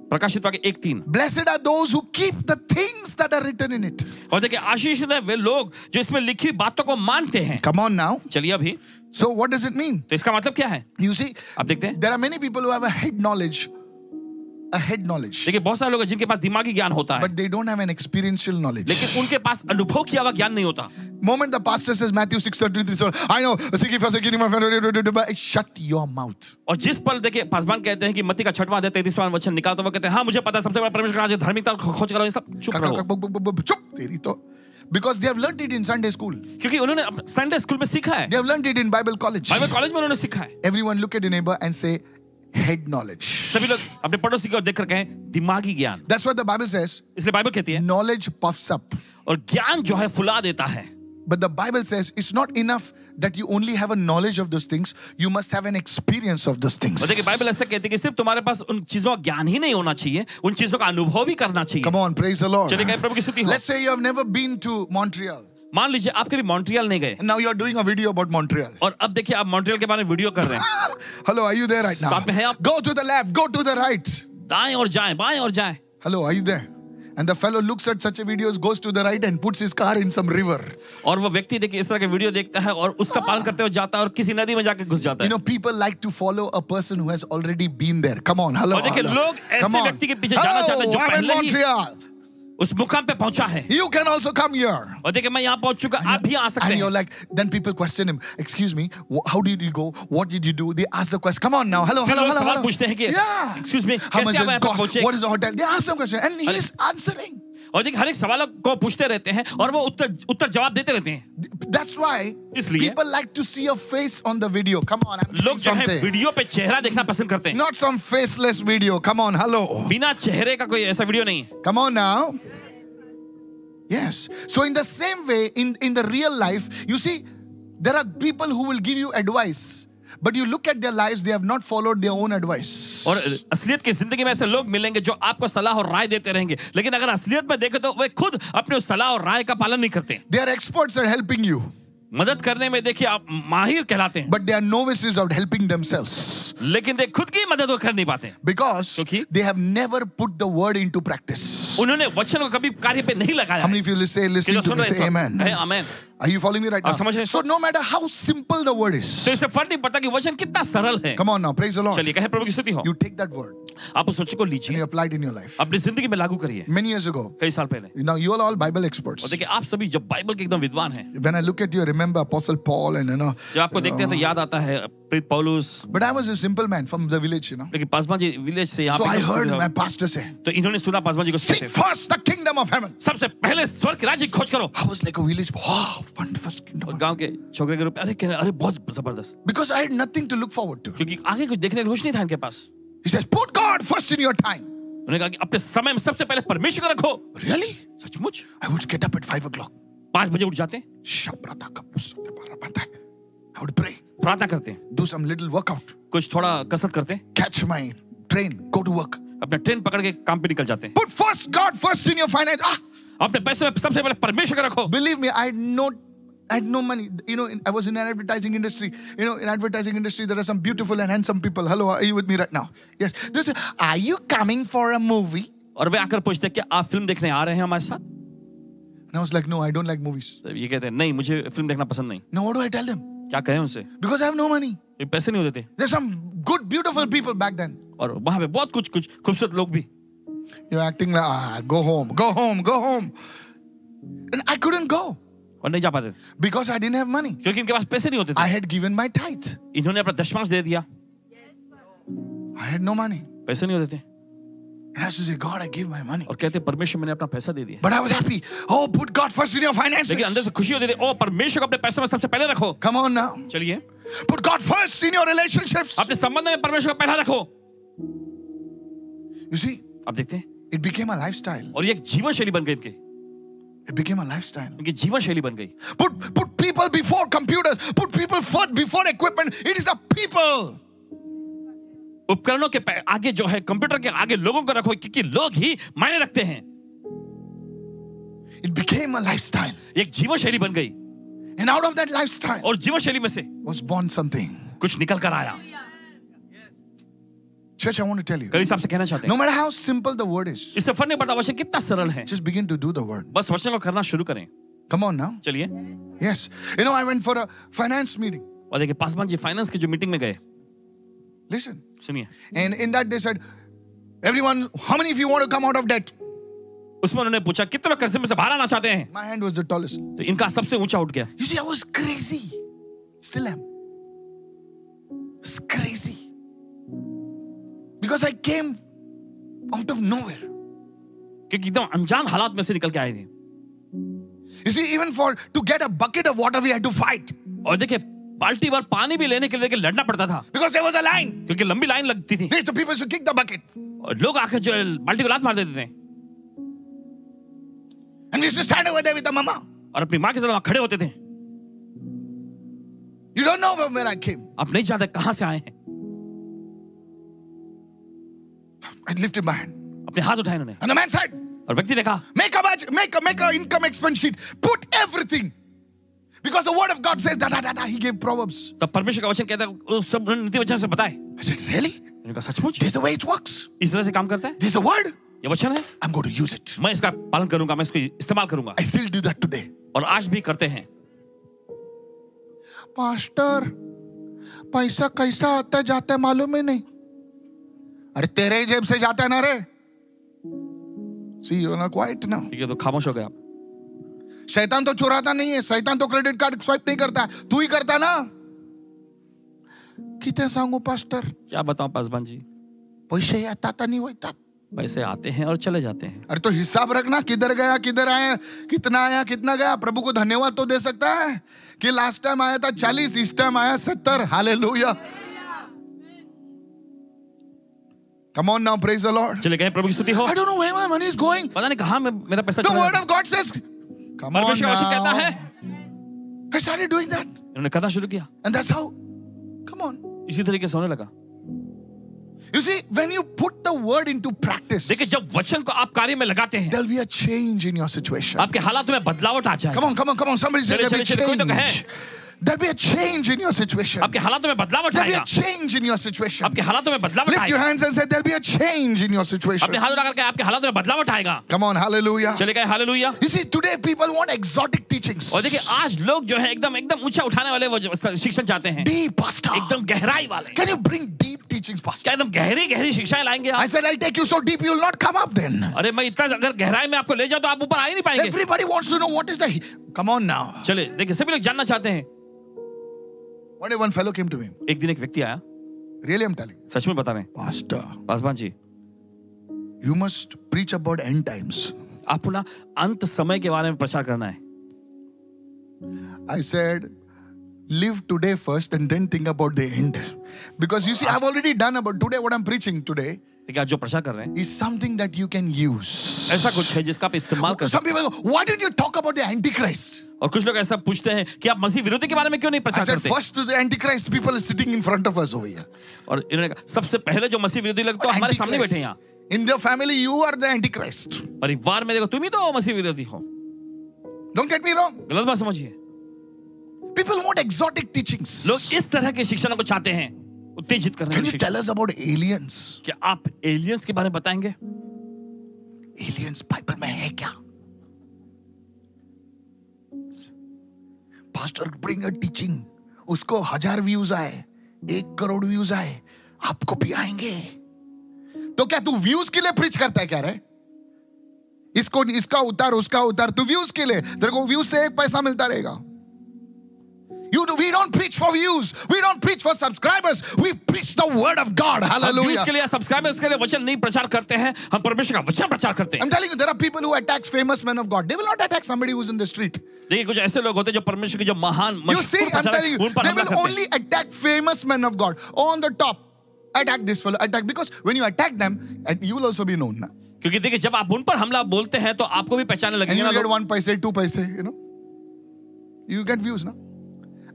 B: प्रकाशित वाक्य एक तीन
A: Blessed are those who keep the things that are written in it.
B: और देखिए आशीष है वे लोग जो इसमें लिखी बातों को मानते हैं
A: Come on now.
B: चलिए अभी तो
A: So, what does it mean?
B: इसका मतलब क्या है
A: You see,
B: आप देखते हैं
A: there are many people who have a head knowledge, a head knowledge,
B: देखिए बहुत सारे लोग हैं जिनके पास दिमागी ज्ञान होता है
A: but they don't have an experiential knowledge.
B: लेकिन उनके पास अनुभव किया हुआ ज्ञान नहीं होता
A: Moment the pastor says Matthew 6 33, so I know, seeking first, seeking my friend, shut your mouth.
B: और जिस पल देखिए पासवान कहते हैं कि मत्ती का छठवां अध्याय 33वां वचन निकाल तो वो कहते हैं हाँ मुझे पता है, सबसे बड़ा परमेश्वर का राज है, धार्मिकता और खोज करो ये सब चुप रहो
A: Chup, तेरी तो. Because they have learnt it in Sunday school, they
B: क्योंकि उन्होंने अप- संडे स्कूल में सीखा है
A: have learnt it in Bible college.
B: Bible college में उन्होंने सीखा है
A: Everyone look at your neighbor and say, head knowledge.
B: सभी लोग अपने पड़ोसी को देखकर कहें दिमागी ज्ञान
A: That's what the Bible says.
B: इसलिए बाइबल कहती है
A: Knowledge puffs up.
B: और ज्ञान जो है फुला देता है
A: But the Bible says it's not enough that you only have a knowledge of those things, you must have an experience of those things.
B: और देखिए बाइबल ऐसा कहती है कि सिर्फ तुम्हारे पास उन चीजों का ज्ञान ही नहीं होना चाहिए उन चीजों का अनुभव भी करना
A: Come
B: चाहिए
A: on, praise the Lord.
B: चलिए कहीं प्रभु की स्तुति हो
A: Let's say you have never been to Montreal.
B: मान लीजिए आप कभी मॉन्ट्रियल नहीं गए
A: And now you're doing a video about Montreal.
B: और अब देखिए आप मॉन्ट्रियल के बारे में वीडियो कर रहे हैं
A: Hello, are you there right now?
B: साथ में हैं आप?
A: Go to the left, go to the right.
B: दाएं और जाएं बाएं और जाएं
A: Hello, are you there? And the fellow looks at such a videos, goes to the right and puts his car in some river.
B: और वो व्यक्ति देखिए इस तरह के वीडियो देखता है और उसका पालन करते हुए जाता है और किसी नदी में जाके घुस जाता
A: You
B: है
A: know, people like to follow a person who has already been there. Come on, hello.
B: और देखिए,
A: hello.
B: लोग ऐसे
A: Come on.
B: व्यक्ति के पीछे जाना चाहते
A: Hello,
B: हैं जो
A: I'm in
B: पहले ही-
A: Montreal.
B: उस मुकाम पे पहुंचा है
A: You can also come here.
B: और देखिए मैं यहाँ पहुंच चुका आप भी आ सकते
A: And you're
B: हैं
A: like, then people question him, excuse me, wh- how did you go? What did you do? They ask the question. Come on now. Hello,
B: फिर
A: hello,
B: लोग
A: hello.
B: सवाल
A: hello.
B: पूछते हैं कि
A: Yeah.
B: Excuse me
A: How much
B: कैसे आप
A: does
B: यहाँ
A: it
B: तक
A: cost?
B: पहुंचे
A: What is the hotel? They ask some question and he's answering.
B: और देखिए हर एक सवाल को पूछते रहते हैं और वो उत्तर उत्तर जवाब देते रहते हैं
A: That's why
B: इसलिए-
A: people like to see a face on the video. Come on, I'm doing
B: लोग जो है
A: something.
B: वीडियो पे चेहरा देखना पसंद करते हैं
A: Not some faceless video. Come on, hello.
B: बिना चेहरे का कोई ऐसा वीडियो नहीं है।
A: Come on now. Yes. So in the same way, in, in the real life, you see, there are people who will give you advice, but you look at their lives, they have not followed their own advice.
B: और असलियत की जिंदगी में ऐसे लोग मिलेंगे जो आपको सलाह और राय देते रहेंगे लेकिन अगर असलियत में देखे तो वे खुद अपने उस सलाह और राय का पालन नहीं करते
A: They are experts at helping you,
B: मदद करने में देखिए आप माहिर कहलाते हैं
A: but they are novices at helping themselves
B: लेकिन वे खुद की मदद को कर नहीं पाते
A: because
B: क्योंकि-
A: they have never put the word into practice.
B: उन्होंने वचन को कभी कार्य पे नहीं लगाया
A: How many of you say
B: कि
A: listening
B: जो
A: to
B: सुन
A: me?
B: रहे
A: Say
B: हैं
A: amen.
B: इस वक्त, amen.
A: Are you following me right now?
B: आप समझ रहे हैं?
A: So no matter how simple the word is,
B: तो इससे फर्क नहीं पड़ता कि वचन कितना सरल है
A: come on now, praise the Lord.
B: चलिए कहे प्रभु की स्तुति हो
A: You take that word
B: आप उस वचन को
A: and
B: लीजिए
A: you apply it in your life.
B: अपनी जिंदगी में लागू करिए
A: Many years ago,
B: कई साल पहले
A: now you are all Bible experts.
B: और देखिए आप सभी जब बाइबल के एकदम विद्वान हैं
A: When I look at you, I remember Apostle Paul and you know.
B: जब आपको देखते हैं तो याद आता है प्रीत पौलुस
A: But I was a simple man from the village, you know.
B: लेकिन पासवान जी विलेज से यहाँ
A: So I
B: पे
A: heard my pastor say,
B: तो इन्होंने सुना पासवान जी को
A: Seek first the kingdom of heaven.
B: सबसे पहले स्वर्ग के राज्य की खोज करो
A: I was like a village boy. Wow, wonderful kingdom.
B: और
A: of-
B: गांव के छोकरे के रूप में अरे कहने अरे बहुत जबरदस्त
A: Because I had nothing to look forward to.
B: क्योंकि आगे कुछ देखने को कुछ नहीं था इनके पास
A: He says, Put God first in your time.
B: उन्होंने कहा कि अपने समय में सबसे पहले परमेश्वर को रखो
A: Really?
B: सचमुच
A: I would get up at five o'clock.
B: पांच बजे उठ जाते हैं,
A: I would pray,
B: प्रार्थना करते हैं
A: do some little workout,
B: कुछ थोड़ा कसरत करते हैं
A: catch my train, go to work.
B: अपना ट्रेन पकड़ के काम पे निकल जाते हैं
A: Put first God first in your finance. Ah,
B: अपने पैसे में सबसे पहले परमेश्वर को रखो
A: believe me, I had no, I had no money. You know, in- I was in an advertising industry. You know, in advertising industry, there are some beautiful and handsome people. Hello, are you with me right now? Yes. They say, Are you coming for a movie?
B: और वे आकर पूछते हैं कि आप film देखने आ रहे हैं हमारे साथ
A: And I was like, No, I don't like movies.
B: तो ये कहते हैं नहीं मुझे फिल्म देखना पसंद नहीं
A: Now, what do I tell them?
B: क्या कहें उनसे
A: Because I have no money.
B: ये पैसे नहीं होते थे
A: There's some good, beautiful people back then.
B: और वहां पे बहुत कुछ कुछ खूबसूरत लोग भी
A: You're acting like, ah, go home, go home, go home. And I couldn't go
B: और नहीं जा पाते थे
A: because I didn't have money.
B: क्योंकि इनके पास पैसे नहीं होते
A: I
B: थे
A: had given my tithe.
B: इन्होंने अपना दशमांश दे दिया
A: I had no money.
B: पैसे नहीं होते थे
A: And I used to say, God, I gave my money.
B: और कहते परमेश्वर मैंने अपना पैसा दे दिया
A: But I was happy. Oh, put God first in your finances.
B: लेकिन अंदर से खुशी होती थी ओ परमेश्वर को अपने पैसों में सबसे पहले रखो
A: Come on now.
B: चलिए
A: Put God first in your relationships.
B: अपने संबंध में परमेश्वर को पहला रखो
A: You see,
B: आप देखते हैं
A: it became a lifestyle.
B: और ये एक जीवन शैली बन गई इनकी इनकी
A: It became a lifestyle.
B: जीवन शैली बन गई
A: Put put people before computers. Put people first before equipment. It is the people.
B: उपकरणों के पे- आगे जो है कंप्यूटर के आगे लोगों को रखो क्योंकि लोग ही मायने रखते हैं
A: It became a lifestyle.
B: ये एक जीवन शैली बन गई
A: And out of that lifestyle
B: और जीवन शैली में से
A: was born something.
B: कुछ निकल कर आया
A: Church, I want to tell you.
B: करीब साहब से कहना चाहते
A: No
B: हैं
A: matter how simple the word is,
B: इससे फर्क नहीं पड़ता वचन कितना सरल है
A: just begin to do the word.
B: बस वचन को करना शुरू करें
A: Come on now.
B: चलिए
A: Yes. You know, I went for a finance meeting.
B: और देखिए पासवान जी फाइनेंस की जो मीटिंग में गए
A: Listen.
B: सुनिए
A: And in that they said, everyone, how many of you want to come out of debt?
B: उसमें उन्होंने पूछा कितने लोग कर्जे में से बाहर आना चाहते हैं
A: My hand was the tallest.
B: तो इनका सबसे ऊंचा उठ गया
A: You see, I was crazy. Still am. It's crazy. Because I came out of nowhere.
B: क्योंकि एकदम अनजान हालात में से निकल के आए थे
A: You see, even for to get a bucket of water, we had to fight.
B: और देखिए बाल्टी भर पानी भी लेने के लिए देखिए लड़ना पड़ता था
A: Because there was a line.
B: क्योंकि लंबी लाइन लगती थी
A: There's the people should kick the bucket.
B: और लोग आकर जो है बाल्टी को लात मार देते थे
A: And we used to stand over there with the mama.
B: और अपनी माँ के साथ वहाँ खड़े होते थे
A: don't know from where I came.
B: आप नहीं जानते कहाँ से आए हैं
A: I lifted my hand.
B: अपने हाथ उठाए उन्होंने
A: And the man said,
B: और व्यक्ति ने कहा
A: Make a budget, make a make a income expense sheet. Put everything. Because the word of God says da da da da. He gave proverbs.
B: तब परमेश्वर का वचन कहता है उस सब उन्होंने नीति वचन से बताए
A: I said, Really?
B: मैंने कहा सचमुच
A: This is the way it works.
B: इस तरह से काम करता है
A: This is the word.
B: ये वचन है
A: I'm going to use it.
B: मैं इसका पालन करूंगा मैं इसको इस्तेमाल करूंगा
A: I still do that today.
B: और आज भी करते हैं
A: मास्टर पैसा कैसा आता जाता है मालूम ही नहीं अरे तेरे ही जेब से जाता है ना रे सी यू आर क्वाइट ना
B: ठीक है तो खामोश हो गए आप
A: शैतान तो चुराता नहीं है शैतान तो क्रेडिट कार्ड स्वाइप नहीं करता है, तू ही करता ना किती सांगू पास्टर
B: क्या बताऊं पासवान जी
A: पैसे येतात आणि वयतात
B: पैसे आते हैं और चले जाते हैं
A: अरे तो हिसाब रखना किधर गया किधर आया कितना आया कितना गया प्रभु को धन्यवाद तो दे सकता है कि लास्ट टाइम आया था चालीस इस टाइम आया सत्तर हाले Come on now, praise the Lord.
B: चले गए प्रभु की स्तुति हो
A: I don't know where my money is going.
B: पता नहीं कहाँ मे- मेरा पैसा
A: The
B: चला
A: word
B: गया।
A: of God says, come on
B: परमेश्वर का वचन कहता है
A: now. I
B: इन्होंने
A: started doing that.
B: करना शुरू किया
A: And that's how. Come on.
B: इसी तरीके से होने लगा
A: You see, when you put the word into practice,
B: देखिए जब वचन को आप कार्य में लगाते हैं
A: there'll be a change in your situation.
B: आपके हालात में बदलावट आ जाए
A: Come on, come on, come on. Somebody say
B: चले,
A: there'll be a
B: चले, चले, कोई तो कहे।
A: change. There'll be a change in your situation.
B: आपके हालातों में बदलावट
A: There'll be
B: आएगा
A: a change in your situation.
B: आपके हालातों में बदलावट
A: Lift your
B: आएगा
A: hands and say, There'll be a change in your
B: अपने
A: situation.
B: हाथ उठाकर के आपके हालातों में बदलावट आएगा
A: Come on, hallelujah.
B: चले गए hallelujah
A: You see, today people want exotic teachings.
B: और Oh, देखिए आज लोग जो है एकदम एकदम ऊंचा उठाने वाले वो जो स- शिक्षण चाहते हैं
A: Deep, Pastor.
B: एकदम गहराई वाले
A: Can you bring deep teachings, Pastor?
B: क्या एकदम गहरी गहरी शिक्षाएं लाएंगे
A: I
B: आप
A: said, I'll take you so deep you'll not come up then.
B: अरे मैं इतना अगर गहराई में आपको ले जाऊं तो आप ऊपर आ ही नहीं पाएंगे
A: Everybody wants to know what is the. Come on now.
B: चले देखिए सभी लोग जानना चाहते हैं
A: One day, one fellow came to me.
B: एक दिन एक व्यक्ति आया
A: Really, I'm telling you,
B: सच में बता रहे हैं
A: Pastor,
B: Paswan ji
A: you must preach about end times.
B: आपको ना अंत समय के बारे में प्रचार करना है
A: I said, live today first and then think about the end. Because you see, I've already done about today what I'm preaching today
B: देखिए आज जो प्रचार कर रहे हैं
A: is something that you can use.
B: ऐसा कुछ है जिसका आप इस्तेमाल कर सकते
A: Some people go, why didn't you talk about the Antichrist?
B: हैं। और कुछ लोग ऐसा पूछते हैं कि आप मसीह विरोधी के बारे में क्यों नहीं
A: I
B: प्रचार
A: said,
B: करते
A: first the Antichrist people are sitting in front of us over here.
B: और इन्होंने कहा सबसे पहले जो मसीह विरोधी लोग तो हमारे सामने बैठे हैं यहाँ
A: In your family, you are the Antichrist.
B: परिवार में देखो तुम ही तो मसीह विरोधी हो
A: Don't get me wrong.
B: गलत बात समझिए
A: People want exotic teachings.
B: लोग इस तरह के शिक्षणों को चाहते हैं उत्तेजित करने
A: Can
B: की
A: you
B: शिक्षा
A: tell us about aliens?
B: क्या आप एलियंस के बारे में बताएंगे
A: Aliens Bible में है क्या? Pastor bring a teaching. उसको हजार views आए, एक करोड़ views आए, आपको भी आएंगे। तो क्या तू views के लिए preach करता है क्या रे? इसको इसका उतार उसका उतार तू views के लिए तेरे को views से एक पैसा मिलता रहेगा। You do, we don't preach for views. We don't preach for subscribers. We preach the word of God.
B: हम views
A: Hallelujah.
B: के लिए सब्सक्राइबर्स के लिए वचन नहीं प्रचार करते हैं हम परमेश्वर का वचन प्रचार करते हैं
A: I'm telling you, there are people who attack famous men of God. They will not attack somebody who's in the street.
B: देखिए कुछ ऐसे लोग होते हैं जो परमेश्वर के जो महान
A: You see,
B: मशहूर
A: I'm
B: प्रचारक
A: telling you,
B: उन पर
A: they
B: हमला
A: will
B: करते हैं
A: only attack famous men of God on the top. Attack this fellow, attack because when you attack them, and you will also be known. na?
B: क्योंकि देखिए जब आप उन पर हमला बोलते हैं तो आपको भी पहचानने
A: And
B: लगेंगे
A: you
B: ना
A: will get
B: लोग।
A: one paise, two paise, you know. You get views now.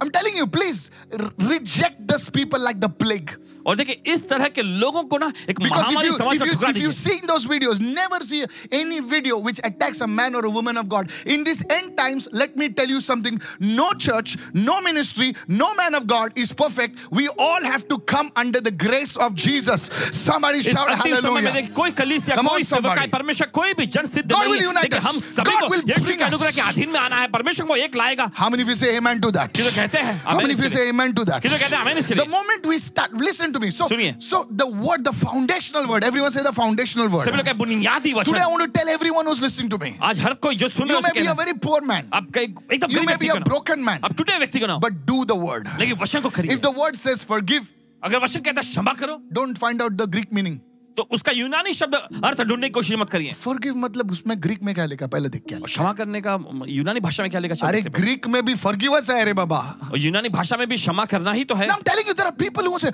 A: I'm telling you, please r- reject these people like the plague.
B: और देखिए इस तरह के लोगों को ना एक
A: Because if
B: महामारी
A: you,
B: समाज
A: if
B: से
A: you
B: ठुकरा
A: if you
B: दीजिए
A: see in those videos, never see any video which attacks a man or a woman of God. In these end times, let me tell you something: no church, no ministry, no man of God is perfect. We all have to come under the grace of Jesus. Somebody
B: इस
A: shout
B: अंतिम समय में देखिए
A: hallelujah!
B: कोई कलीसिया
A: Come on,
B: कोई सेवकाई
A: somebody.
B: परमेश्वर कोई भी जन सिद्ध
A: God
B: नहीं
A: will
B: है
A: unite
B: लेकिन
A: us.
B: हम सभी
A: God
B: को
A: will
B: यीशु
A: bring
B: के अनुग्रह
A: us.
B: के अधीन में आना है परमेश्वर को एक लाएगा
A: How many of you say amen to that?
B: किसी कहते हैं
A: How many
B: आमीन
A: of you
B: इसके लिए।
A: say amen to that?
B: किसी कहते हैं आमीन इसके
A: The
B: लिए
A: moment we start, listen to me. So,
B: सुनिए।
A: so the word, the foundational word. Everyone say the foundational
B: सभी लोग
A: word.
B: कहे बुनियादी
A: Today, I
B: वचन
A: want to tell everyone who's listening to me.
B: आज हर कोई जो सुन रहा
A: You
B: है
A: may
B: उसे
A: be a
B: कहना,
A: very poor man.
B: आप कहीं- एकदम
A: You
B: गरीब
A: may
B: व्यक्ति
A: be
B: को
A: a
B: ना हो।
A: broken man.
B: आप टूटे व्यक्ति को ना हो,
A: but do the word.
B: लेकिन वचन को
A: If
B: खरीद
A: the word says forgive,
B: अगर वचन कहता है क्षमा करो
A: don't find out the Greek meaning.
B: तो उसका यूनानी शब्द अर्थ ढूंढने की कोशिश मत करिए
A: Forgive मतलब उसमें ग्रीक में क्या लिखा पहले देख क्या
B: और
A: लिखा
B: क्षमा करने का म, यूनानी भाषा में क्या लिखा
A: अरे
B: शब्द है?
A: ग्रीक में भी forgiveness है अरे बाबा
B: और यूनानी भाषा में भी क्षमा करना ही तो है
A: Now I'm telling you there are people who say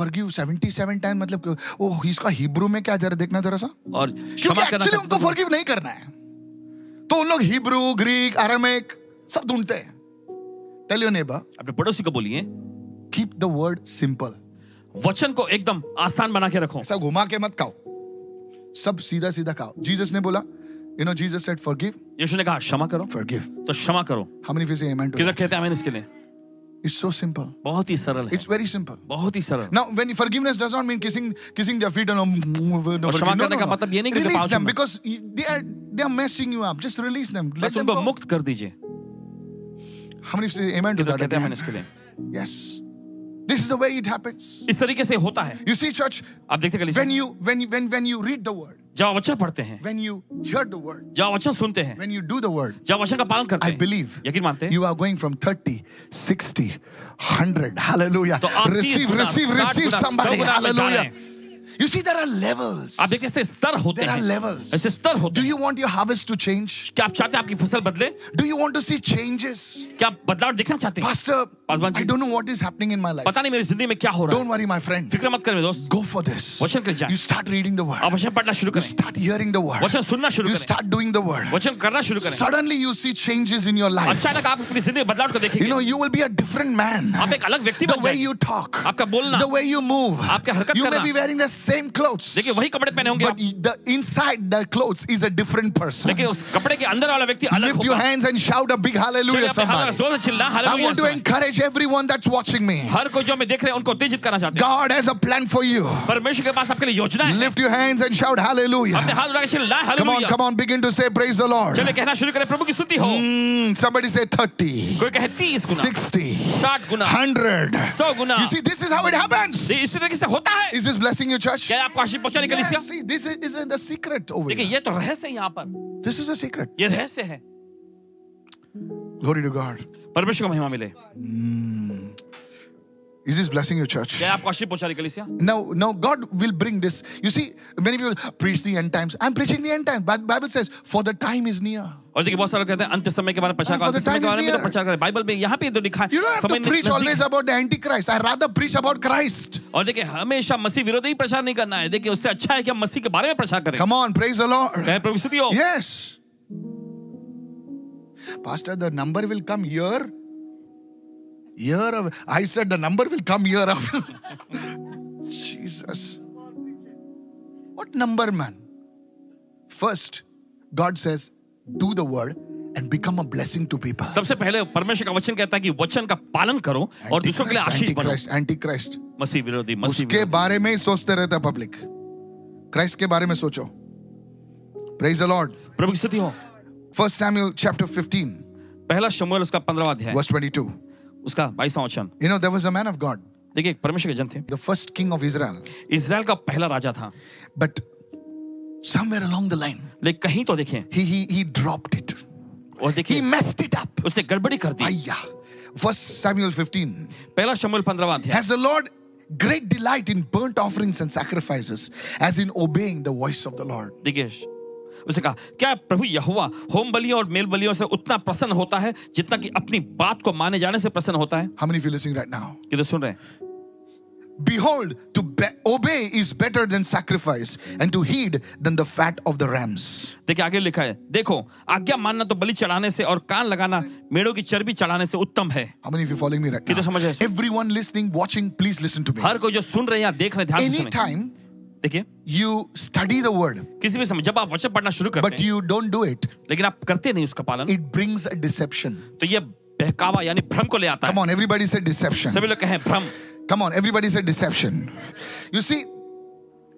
A: forgive 77 times मतलब कि, ओ इसका हिब्रू में क्या जरा देखना जरा सा
B: और
A: क्योंकि
B: क्षमा करना
A: एक्चुअली
B: शब्द
A: उनको forgive नहीं करना है तो उन लोग हिब्रू ग्रीक अरामिक सब ढूंढते हैं टेल योर नेबर
B: अपने पड़ोसी को बोलिए
A: keep the word simple.
B: वचन को एकदम आसान बना के रखो
A: ऐसा घुमा के मत खाओ सब सीधा सीधा खाओ जीसस ने बोला you know Jesus said forgive
B: यीशु ने कहा क्षमा करो
A: फॉरगिव
B: तो क्षमा करो
A: how many of you say amen to
B: किधर कहते हैं आमीन इसके लिए
A: that? It's so simple.
B: बहुत ही सरल है
A: It's very simple.
B: बहुत ही सरल
A: Now, when forgiveness does not mean kissing, kissing their feet and no, no, no,
B: क्षमा
A: no,
B: करने का
A: no.
B: मतलब ये नहीं कि उनके
A: Release
B: पाँव
A: them
B: चूमना।
A: because you- they are they are messing you up. Just release them. Let
B: बस
A: them
B: उनको
A: go.
B: मुक्त कर दीजिए
A: How many say amen to
B: किधर
A: that?
B: कहते हैं आमीन
A: again?
B: इसके लिए
A: Yes. This is the way it happens.
B: इस तरीके से होता है
A: You see, church,
B: आप देखते
A: when
B: कलिसिया
A: you when you- when when you read the word,
B: जब आप वचन पढ़ते हैं
A: when you hear the word,
B: जब आप वचन सुनते हैं
A: when you do the word,
B: जब आप वचन का पालन करते
A: I
B: हैं
A: believe
B: यकीन मानते हैं
A: you are going from 30, 60, 100. Hallelujah.
B: तो आप 30
A: Receive,
B: गुना,
A: receive,
B: 60
A: receive
B: गुना, 100
A: somebody.
B: गुना आप में जा रहे
A: Hallelujah. You see, there are levels.
B: आप देखिए ऐसे स्तर होते
A: There are
B: हैं
A: levels.
B: ऐसे स्तर होते
A: Do
B: हैं
A: you want your harvest to change?
B: क्या आप चाहते हैं आपकी फसल बदले
A: Do you want to see changes?
B: क्या आप बदलाव देखना चाहते हैं
A: Pastor,
B: Pastor,
A: I don't know what is happening in my life.
B: पता नहीं मेरी जिंदगी में क्या हो रहा है
A: Don't worry, my friend.
B: फिक्र मत करें मेरे दोस्त
A: Go for this.
B: वचन के लिए जाएं।
A: You start reading the
B: आप
A: word.
B: वचन पढ़ना शुरू
A: You
B: करें
A: start hearing the word.
B: वचन सुनना शुरू
A: You
B: करें
A: start doing the word.
B: वचन करना शुरू करें
A: Suddenly you see changes in your life.
B: अचानक आप अपनी जिंदगी में बदलाव को
A: You
B: देखेंगे
A: know, you will be a different man.
B: आप एक अलग व्यक्ति
A: The
B: बन
A: way
B: जाएंगे
A: you talk,
B: आपका बोलना,
A: the way you move,
B: आपका हरकत
A: you may
B: करना।
A: be wearing the same clothes,
B: देखिए वही कपड़े पहने होंगे
A: but
B: आप।
A: the inside the clothes is a different person.
B: देखिए उस कपड़े के अंदर वाला व्यक्ति अलग
A: Lift your
B: होगा
A: hands and shout a big
B: चलिए,
A: hallelujah,
B: अपने हाथ
A: somebody.
B: जोर से चिल्ला
A: I want to
B: hallelujah
A: encourage everyone that's watching me.
B: हर कोई जो हमें देख रहे हैं उनको उत्तेजित करना चाहते हैं
A: God has a plan for you.
B: परमेश्वर के पास आपके लिए योजना है
A: Lift your hands and shout
B: अपने
A: hallelujah.
B: हाथ उठा के चिल्ला
A: Come on,
B: hallelujah
A: come on, begin to say praise the
B: चलिए
A: Lord.
B: कहना शुरू करें प्रभु की स्तुति हो
A: Mm, somebody say 30,
B: कोई कहे 30 गुना
A: 60,
B: 60 गुना
A: 100.
B: सौ गुना
A: हाँ। You see, this is how it happens.
B: ये इसी तरीके से होता है
A: Is this blessing you, church?
B: क्या आपको आशीष पहुंचाने के लिए
A: Yeah,
B: इसका?
A: see, this is, isn't the secret over
B: देखिए
A: here.
B: ये तो रहस्य है यहाँ पर
A: This is a secret.
B: ये रहस्य है
A: Glory to God.
B: परमेश्वर को महिमा मिले
A: Is this blessing your church?
B: क्या आपको आशीष पहुंचाने के लिए इसका?
A: Now, now God will bring this. You see, many people preach the end times. I'm preaching the end time. But Bible says, for the time is near.
B: और देखिए बहुत सारे लोग कहते हैं अंत समय के बारे में प्रचार
A: Yeah,
B: करो
A: for the
B: अंत समय
A: time
B: के
A: is
B: बारे में तो
A: near.
B: प्रचार करें बाइबल में यहाँ पे तो लिखा
A: You
B: है
A: don't have to preach
B: नजदीक
A: always about the Antichrist. I rather preach about Christ.
B: और देखिए हमेशा मसीह विरोधी ही प्रचार नहीं करना है देखिए उससे अच्छा है कि हम मसीह के बारे में प्रचार करें
A: Come on, praise the Lord.
B: कहे प्रभु की स्तुति हो
A: Yes. Pastor, the number will come year. Year of I said the number will come year after. Jesus. What number, man? First, God says, do the word and become a blessing to people.
B: सबसे पहले परमेश्वर का वचन कहता है कि वचन का पालन करो और दूसरों के लिए आशीष बनो
A: Antichrist, Antichrist.
B: मसीह विरोधी मसीह
A: उसके
B: विरोधी।
A: बारे में ही सोचते रहता पब्लिक क्राइस्ट के बारे में सोचो प्रेज द लॉर्ड
B: प्रभु की स्तुति हो
A: फर्स्ट सैमुअल चैप्टर 15
B: पहला शमूएल उसका 15वां अध्याय
A: वर्स 22
B: उसका 22वां वचन
A: you know there was a man of god
B: देखिए एक परमेश्वर के जन थे
A: the first king of israel
B: Israel का पहला राजा था
A: but somewhere along the line
B: लेकिन कहीं तो देखें
A: he he he dropped it
B: और
A: he
B: देखिए
A: messed it up
B: उसने गड़बड़ी कर दी
A: Aya. first samuel 15
B: पहला शमूएल 15वां अध्याय
A: has the lord great delight in burnt offerings and sacrifices as in obeying the voice of the lord
B: देखिए उसने कहा क्या प्रभु यहोवा होम बलियों और मेल बलियों से उतना प्रसन्न होता है जितना कि अपनी बात को माने जाने से प्रसन्न होता है
A: how many of you listening right now
B: कि तो सुन रहे हैं
A: Behold, to be- obey is better than sacrifice, and to heed than the fat of the rams.
B: देखिए आगे लिखा है देखो आज्ञा मानना तो बलि चढ़ाने से और कान लगाना मेड़ों की चर्बी चढ़ाने से उत्तम है
A: How many of you following me right
B: Kito samajh
A: now?
B: rahe hai.
A: Everyone listening, watching, please listen to me.
B: हर कोई जो सुन रहे हैं या देख रहे हैं ध्यान से सुने
A: Anytime
B: देखिए
A: you study the word,
B: किसी भी समय जब आप वचन पढ़ना शुरू करते
A: but
B: हैं
A: you don't do it,
B: लेकिन आप करते नहीं उसका पालन
A: it brings a deception.
B: तो ये बहकावा यानी भ्रम को ले आता
A: Come
B: है
A: on, everybody said deception.
B: सभी लोग कहें भ्रम
A: Come on, everybody said deception. You see,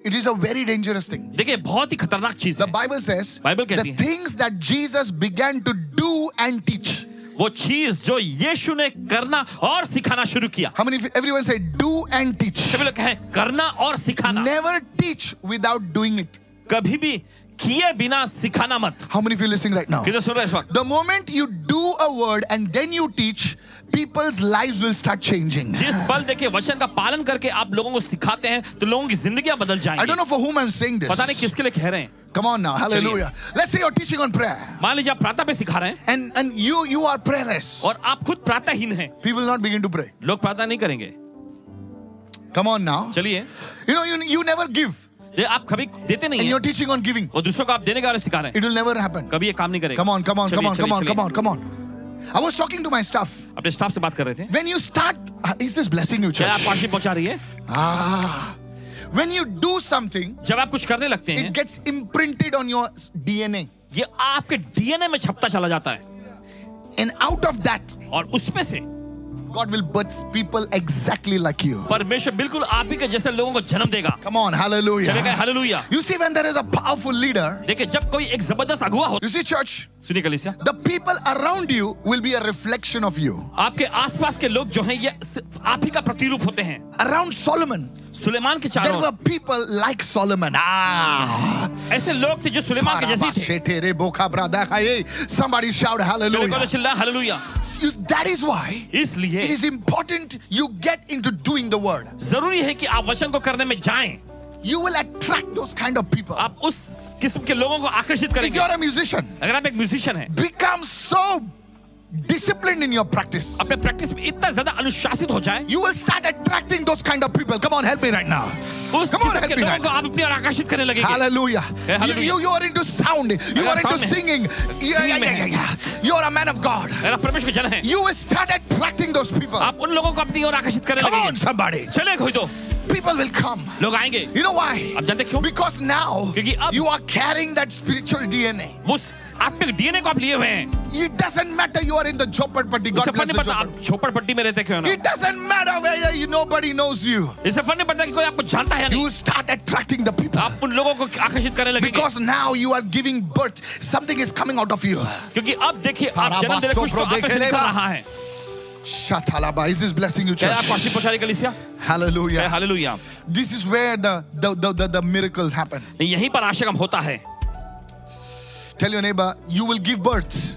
A: it is a very dangerous thing.
B: देखिए बहुत ही खतरनाक चीज
A: The
B: है
A: Bible says
B: Bible kehti
A: the
B: hai.
A: things that Jesus began to do and teach.
B: वो चीज जो यीशु ने करना और सिखाना शुरू किया
A: How many? of you- Everyone say do and teach.
B: सभी लोग कहें करना और सिखाना
A: Never teach without doing it.
B: कभी भी किए बिना सिखाना मत
A: How many of you listening right now?
B: किधर सुन रहे हैं इस वक्त
A: The moment you do a word and then you teach, people's lives will start changing.
B: जिस पल देखिए वचन का पालन करके आप लोगों को सिखाते हैं तो लोगों की जिंदगियां बदल
A: I don't
B: जाएंगी
A: know for whom I'm saying this.
B: पता नहीं किसके लिए कह रहे हैं
A: Come on now, hallelujah. Let's say you're teaching on prayer,
B: मान लीजिए आप प्रातः पे सिखा रहे हैं
A: and and you you are prayerless.
B: और आप खुद प्रातःहीन हैं
A: People will not begin to pray.
B: लोग प्रातः नहीं करेंगे
A: Come on now.
B: चलिए
A: You know you you never give,
B: दे- आप कभी देते
A: and
B: नहीं
A: you're
B: हैं
A: teaching on giving.
B: और दूसरों को आप देने के बारे में सिखा रहे हैं
A: It will never happen.
B: कभी ये काम नहीं करेंगे
A: Come on, come on,
B: चलिए,
A: come on,
B: चलिए,
A: come on,
B: चलिए।
A: come on, come on. I was talking to my staff.
B: अपने स्टाफ से बात कर रहे थे
A: When you start Ah, Is this blessing you, church?
B: क्या आप आशीष पहुंचा रही है
A: Ah. When you do something,
B: जब आप कुछ करने लगते हैं
A: it gets imprinted on your DNA.
B: ये आपके डीएनए में छपता चला जाता है
A: And out of that,
B: और उसमें से
A: God will birth people exactly like you.
B: परमेश्वर बिल्कुल आप ही के जैसे लोगों को जन्म देगा
A: Come on,
B: चलेगा
A: hallelujah.
B: Hallelujah
A: You see, when there is a powerful leader,
B: देखिए जब कोई एक जबरदस्त अगुवा हो
A: you see, church,
B: सुनिए कलिसिया
A: the people around you will be a reflection of you.
B: आपके आसपास के लोग जो हैं ये सिर्फ आप ही का प्रतिरूप होते हैं
A: Around Solomon,
B: सुलेमान के
A: there
B: चारों
A: were people like Solomon. Ah.
B: ऐसे लोग थे जो सुलेमान के जैसे ही थे
A: Parabashetere bokabradakaye. Somebody shout
B: चलो एक बार तो
A: hallelujah.
B: चिल्ला hallelujah
A: You- That is why it
B: इसलिए
A: is important you get into doing the word.
B: जरूरी है कि आप वचन को करने में जाएं
A: You will attract those kind of people.
B: आप उस किस्म के लोगों को आकर्षित
A: If
B: करेंगे
A: you're a musician,
B: अगर आप एक म्यूजिशियन हैं
A: become so disciplined in your practice.
B: अपने प्रैक्टिस में इतना ज्यादा अनुशासित हो जाए
A: You will start attracting those kind of people. Come on, help me right now.
B: उस
A: Come on,
B: किस्म
A: help
B: के
A: me
B: लोगों
A: right
B: को
A: now.
B: आप अपनी ओर आकर्षित करने लगेंगे
A: Hallelujah. You,
B: hallelujah.
A: you, you are into sound. You
B: अगर
A: are into
B: sound है।
A: singing. Yeah, yeah,
B: में
A: yeah, yeah,
B: है।
A: yeah. You are a man of God.
B: अगर आप परमेश्वर के जन हैं
A: You will start attracting those people.
B: आप उन लोगों को अपनी ओर आकर्षित करने
A: Come on,
B: लगेंगे
A: somebody.
B: चले कोई तो
A: People will come.
B: लोग आएंगे
A: You know why?
B: आप जानते क्यों
A: Because now
B: क्योंकि अब-
A: you are carrying that spiritual DNA.
B: वो आत्मिक डीएनए को आप लिए हुए हैं
A: It doesn't matter you are in the Jhoppadpatti. God
B: इससे फर्क
A: bless
B: नहीं
A: the
B: पड़ता आप
A: Jhoppadpatti.
B: झोपड़पट्टी में रहते क्यों ना
A: It doesn't matter whether you, nobody knows you.
B: इससे फर्क नहीं पड़ता कि कोई आपको जानता है या नहीं
A: You start attracting the people.
B: आप उन लोगों को आकर्षित करने लगेंगे
A: Because now you are giving birth. Something is coming out of you.
B: क्योंकि अब देखिए आप जन्म दे रहे कुछ तो
A: Parabasopro
B: आप में से
A: देखेलेगा।
B: निकल रहा है
A: Shatalaba. Is this blessing you,
B: क्या
A: church?
B: आप आशीष पछाड़ी कलिसिया
A: Hallelujah.
B: Hallelujah
A: This is where the, the, the, the, the miracles happen.
B: नहीं, यहीं पर आशगम होता है
A: Tell your neighbor, you will give birth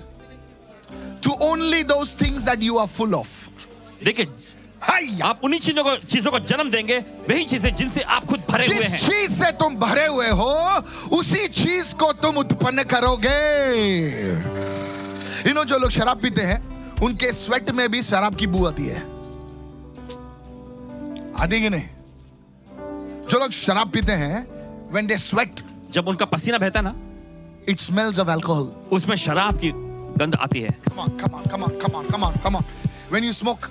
A: to only those things that you are full of.
B: देखिए
A: Hiya.
B: आप उन्हीं चीजों को चीजों को जन्म देंगे वही चीजें जिनसे आप खुद भरे हुए
A: जिस
B: हैं
A: चीज से तुम भरे हुए हो उसी चीज को तुम उत्पन्न करोगे इनो जो लोग शराब पीते हैं उनके स्वेट में भी शराब की बू आती है आती कि नहीं जो लोग शराब पीते हैं when they sweat
B: जब उनका पसीना बहता है ना
A: it smells of alcohol
B: उसमें शराब की गंध आती है
A: come on come on come on come on come on come on when you smoke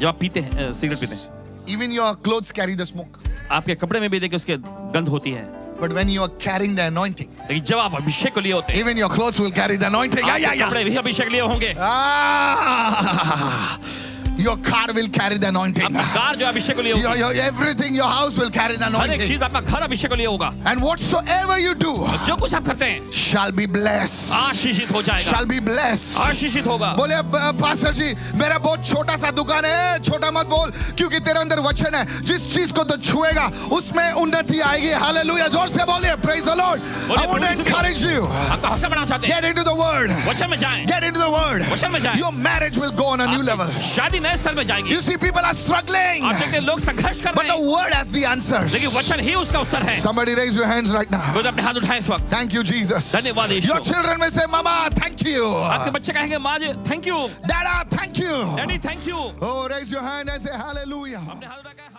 B: जब आप पीते हैं अ, सिगरेट पीते हैं
A: even your clothes carry the smoke
B: आपके कपड़े में भी देखिए उसके गंध होती है
A: but when you are carrying the anointing
B: लेकिन जब आप अभिषेक को लिए होते हैं
A: even your clothes will carry the anointing yeah
B: आपके
A: yeah yeah
B: कपड़े भी अभिषेक लिए होंगे
A: Ah, your car will carry the anointing.
B: आपका कार जो अभिषेक को लिए
A: Your,
B: होगी
A: your everything, your house will carry the
B: हर एक
A: anointing.
B: चीज आपका घर अभिषेक को लिए होगा
A: And whatsoever you do
B: जो कुछ आप करते हैं
A: shall be
B: Oh
A: blessed.
B: आशीषित हो जाएगा
A: Shall be
B: Oh
A: blessed.
B: आशीषित होगा
A: बोले "ब- पास्टर जी मेरा बहुत छोटा सा दुकान है छोटा मत बोल क्योंकि तेरे अंदर वचन है जिस चीज को तो छुएगा उसमें उन्नति आएगी हालेलुया जोर से बोलिए प्रेज द लॉर्ड
B: बोलिए,
A: आई वांट
B: बोलिए,
A: टू
B: सुनिए।
A: एनकरेज यू
B: आपका हौसला बढ़ाना चाहते हैं
A: गेट इनटू द वर्ड
B: वचन में जाएं
A: गेट इनटू द
B: वचन में
A: वर्ड
B: जाएं।
A: Your marriage will go on a new level
B: आपकी शादी नए स्तर में जाएगी
A: You see, people are struggling,
B: आप देखते हैं लोग संघर्ष कर
A: but
B: रहे
A: the
B: हैं
A: word has the answers.
B: लेकिन वचन ही उसका उत्तर है
A: Somebody raise your hands right now.
B: खुद अपने हाथ उठाएं इस वक्त
A: Thank you, Jesus.
B: धन्यवाद यीशु।
A: Your children will say, Mama, thank you.
B: आपके बच्चे कहेंगे माँ जी थैंक यू
A: हाँ। Dada, thank you.
B: Daddy thank you
A: Oh, raise your hand and say, Hallelujah.
B: अपने हाथ "हाँ, उठाकर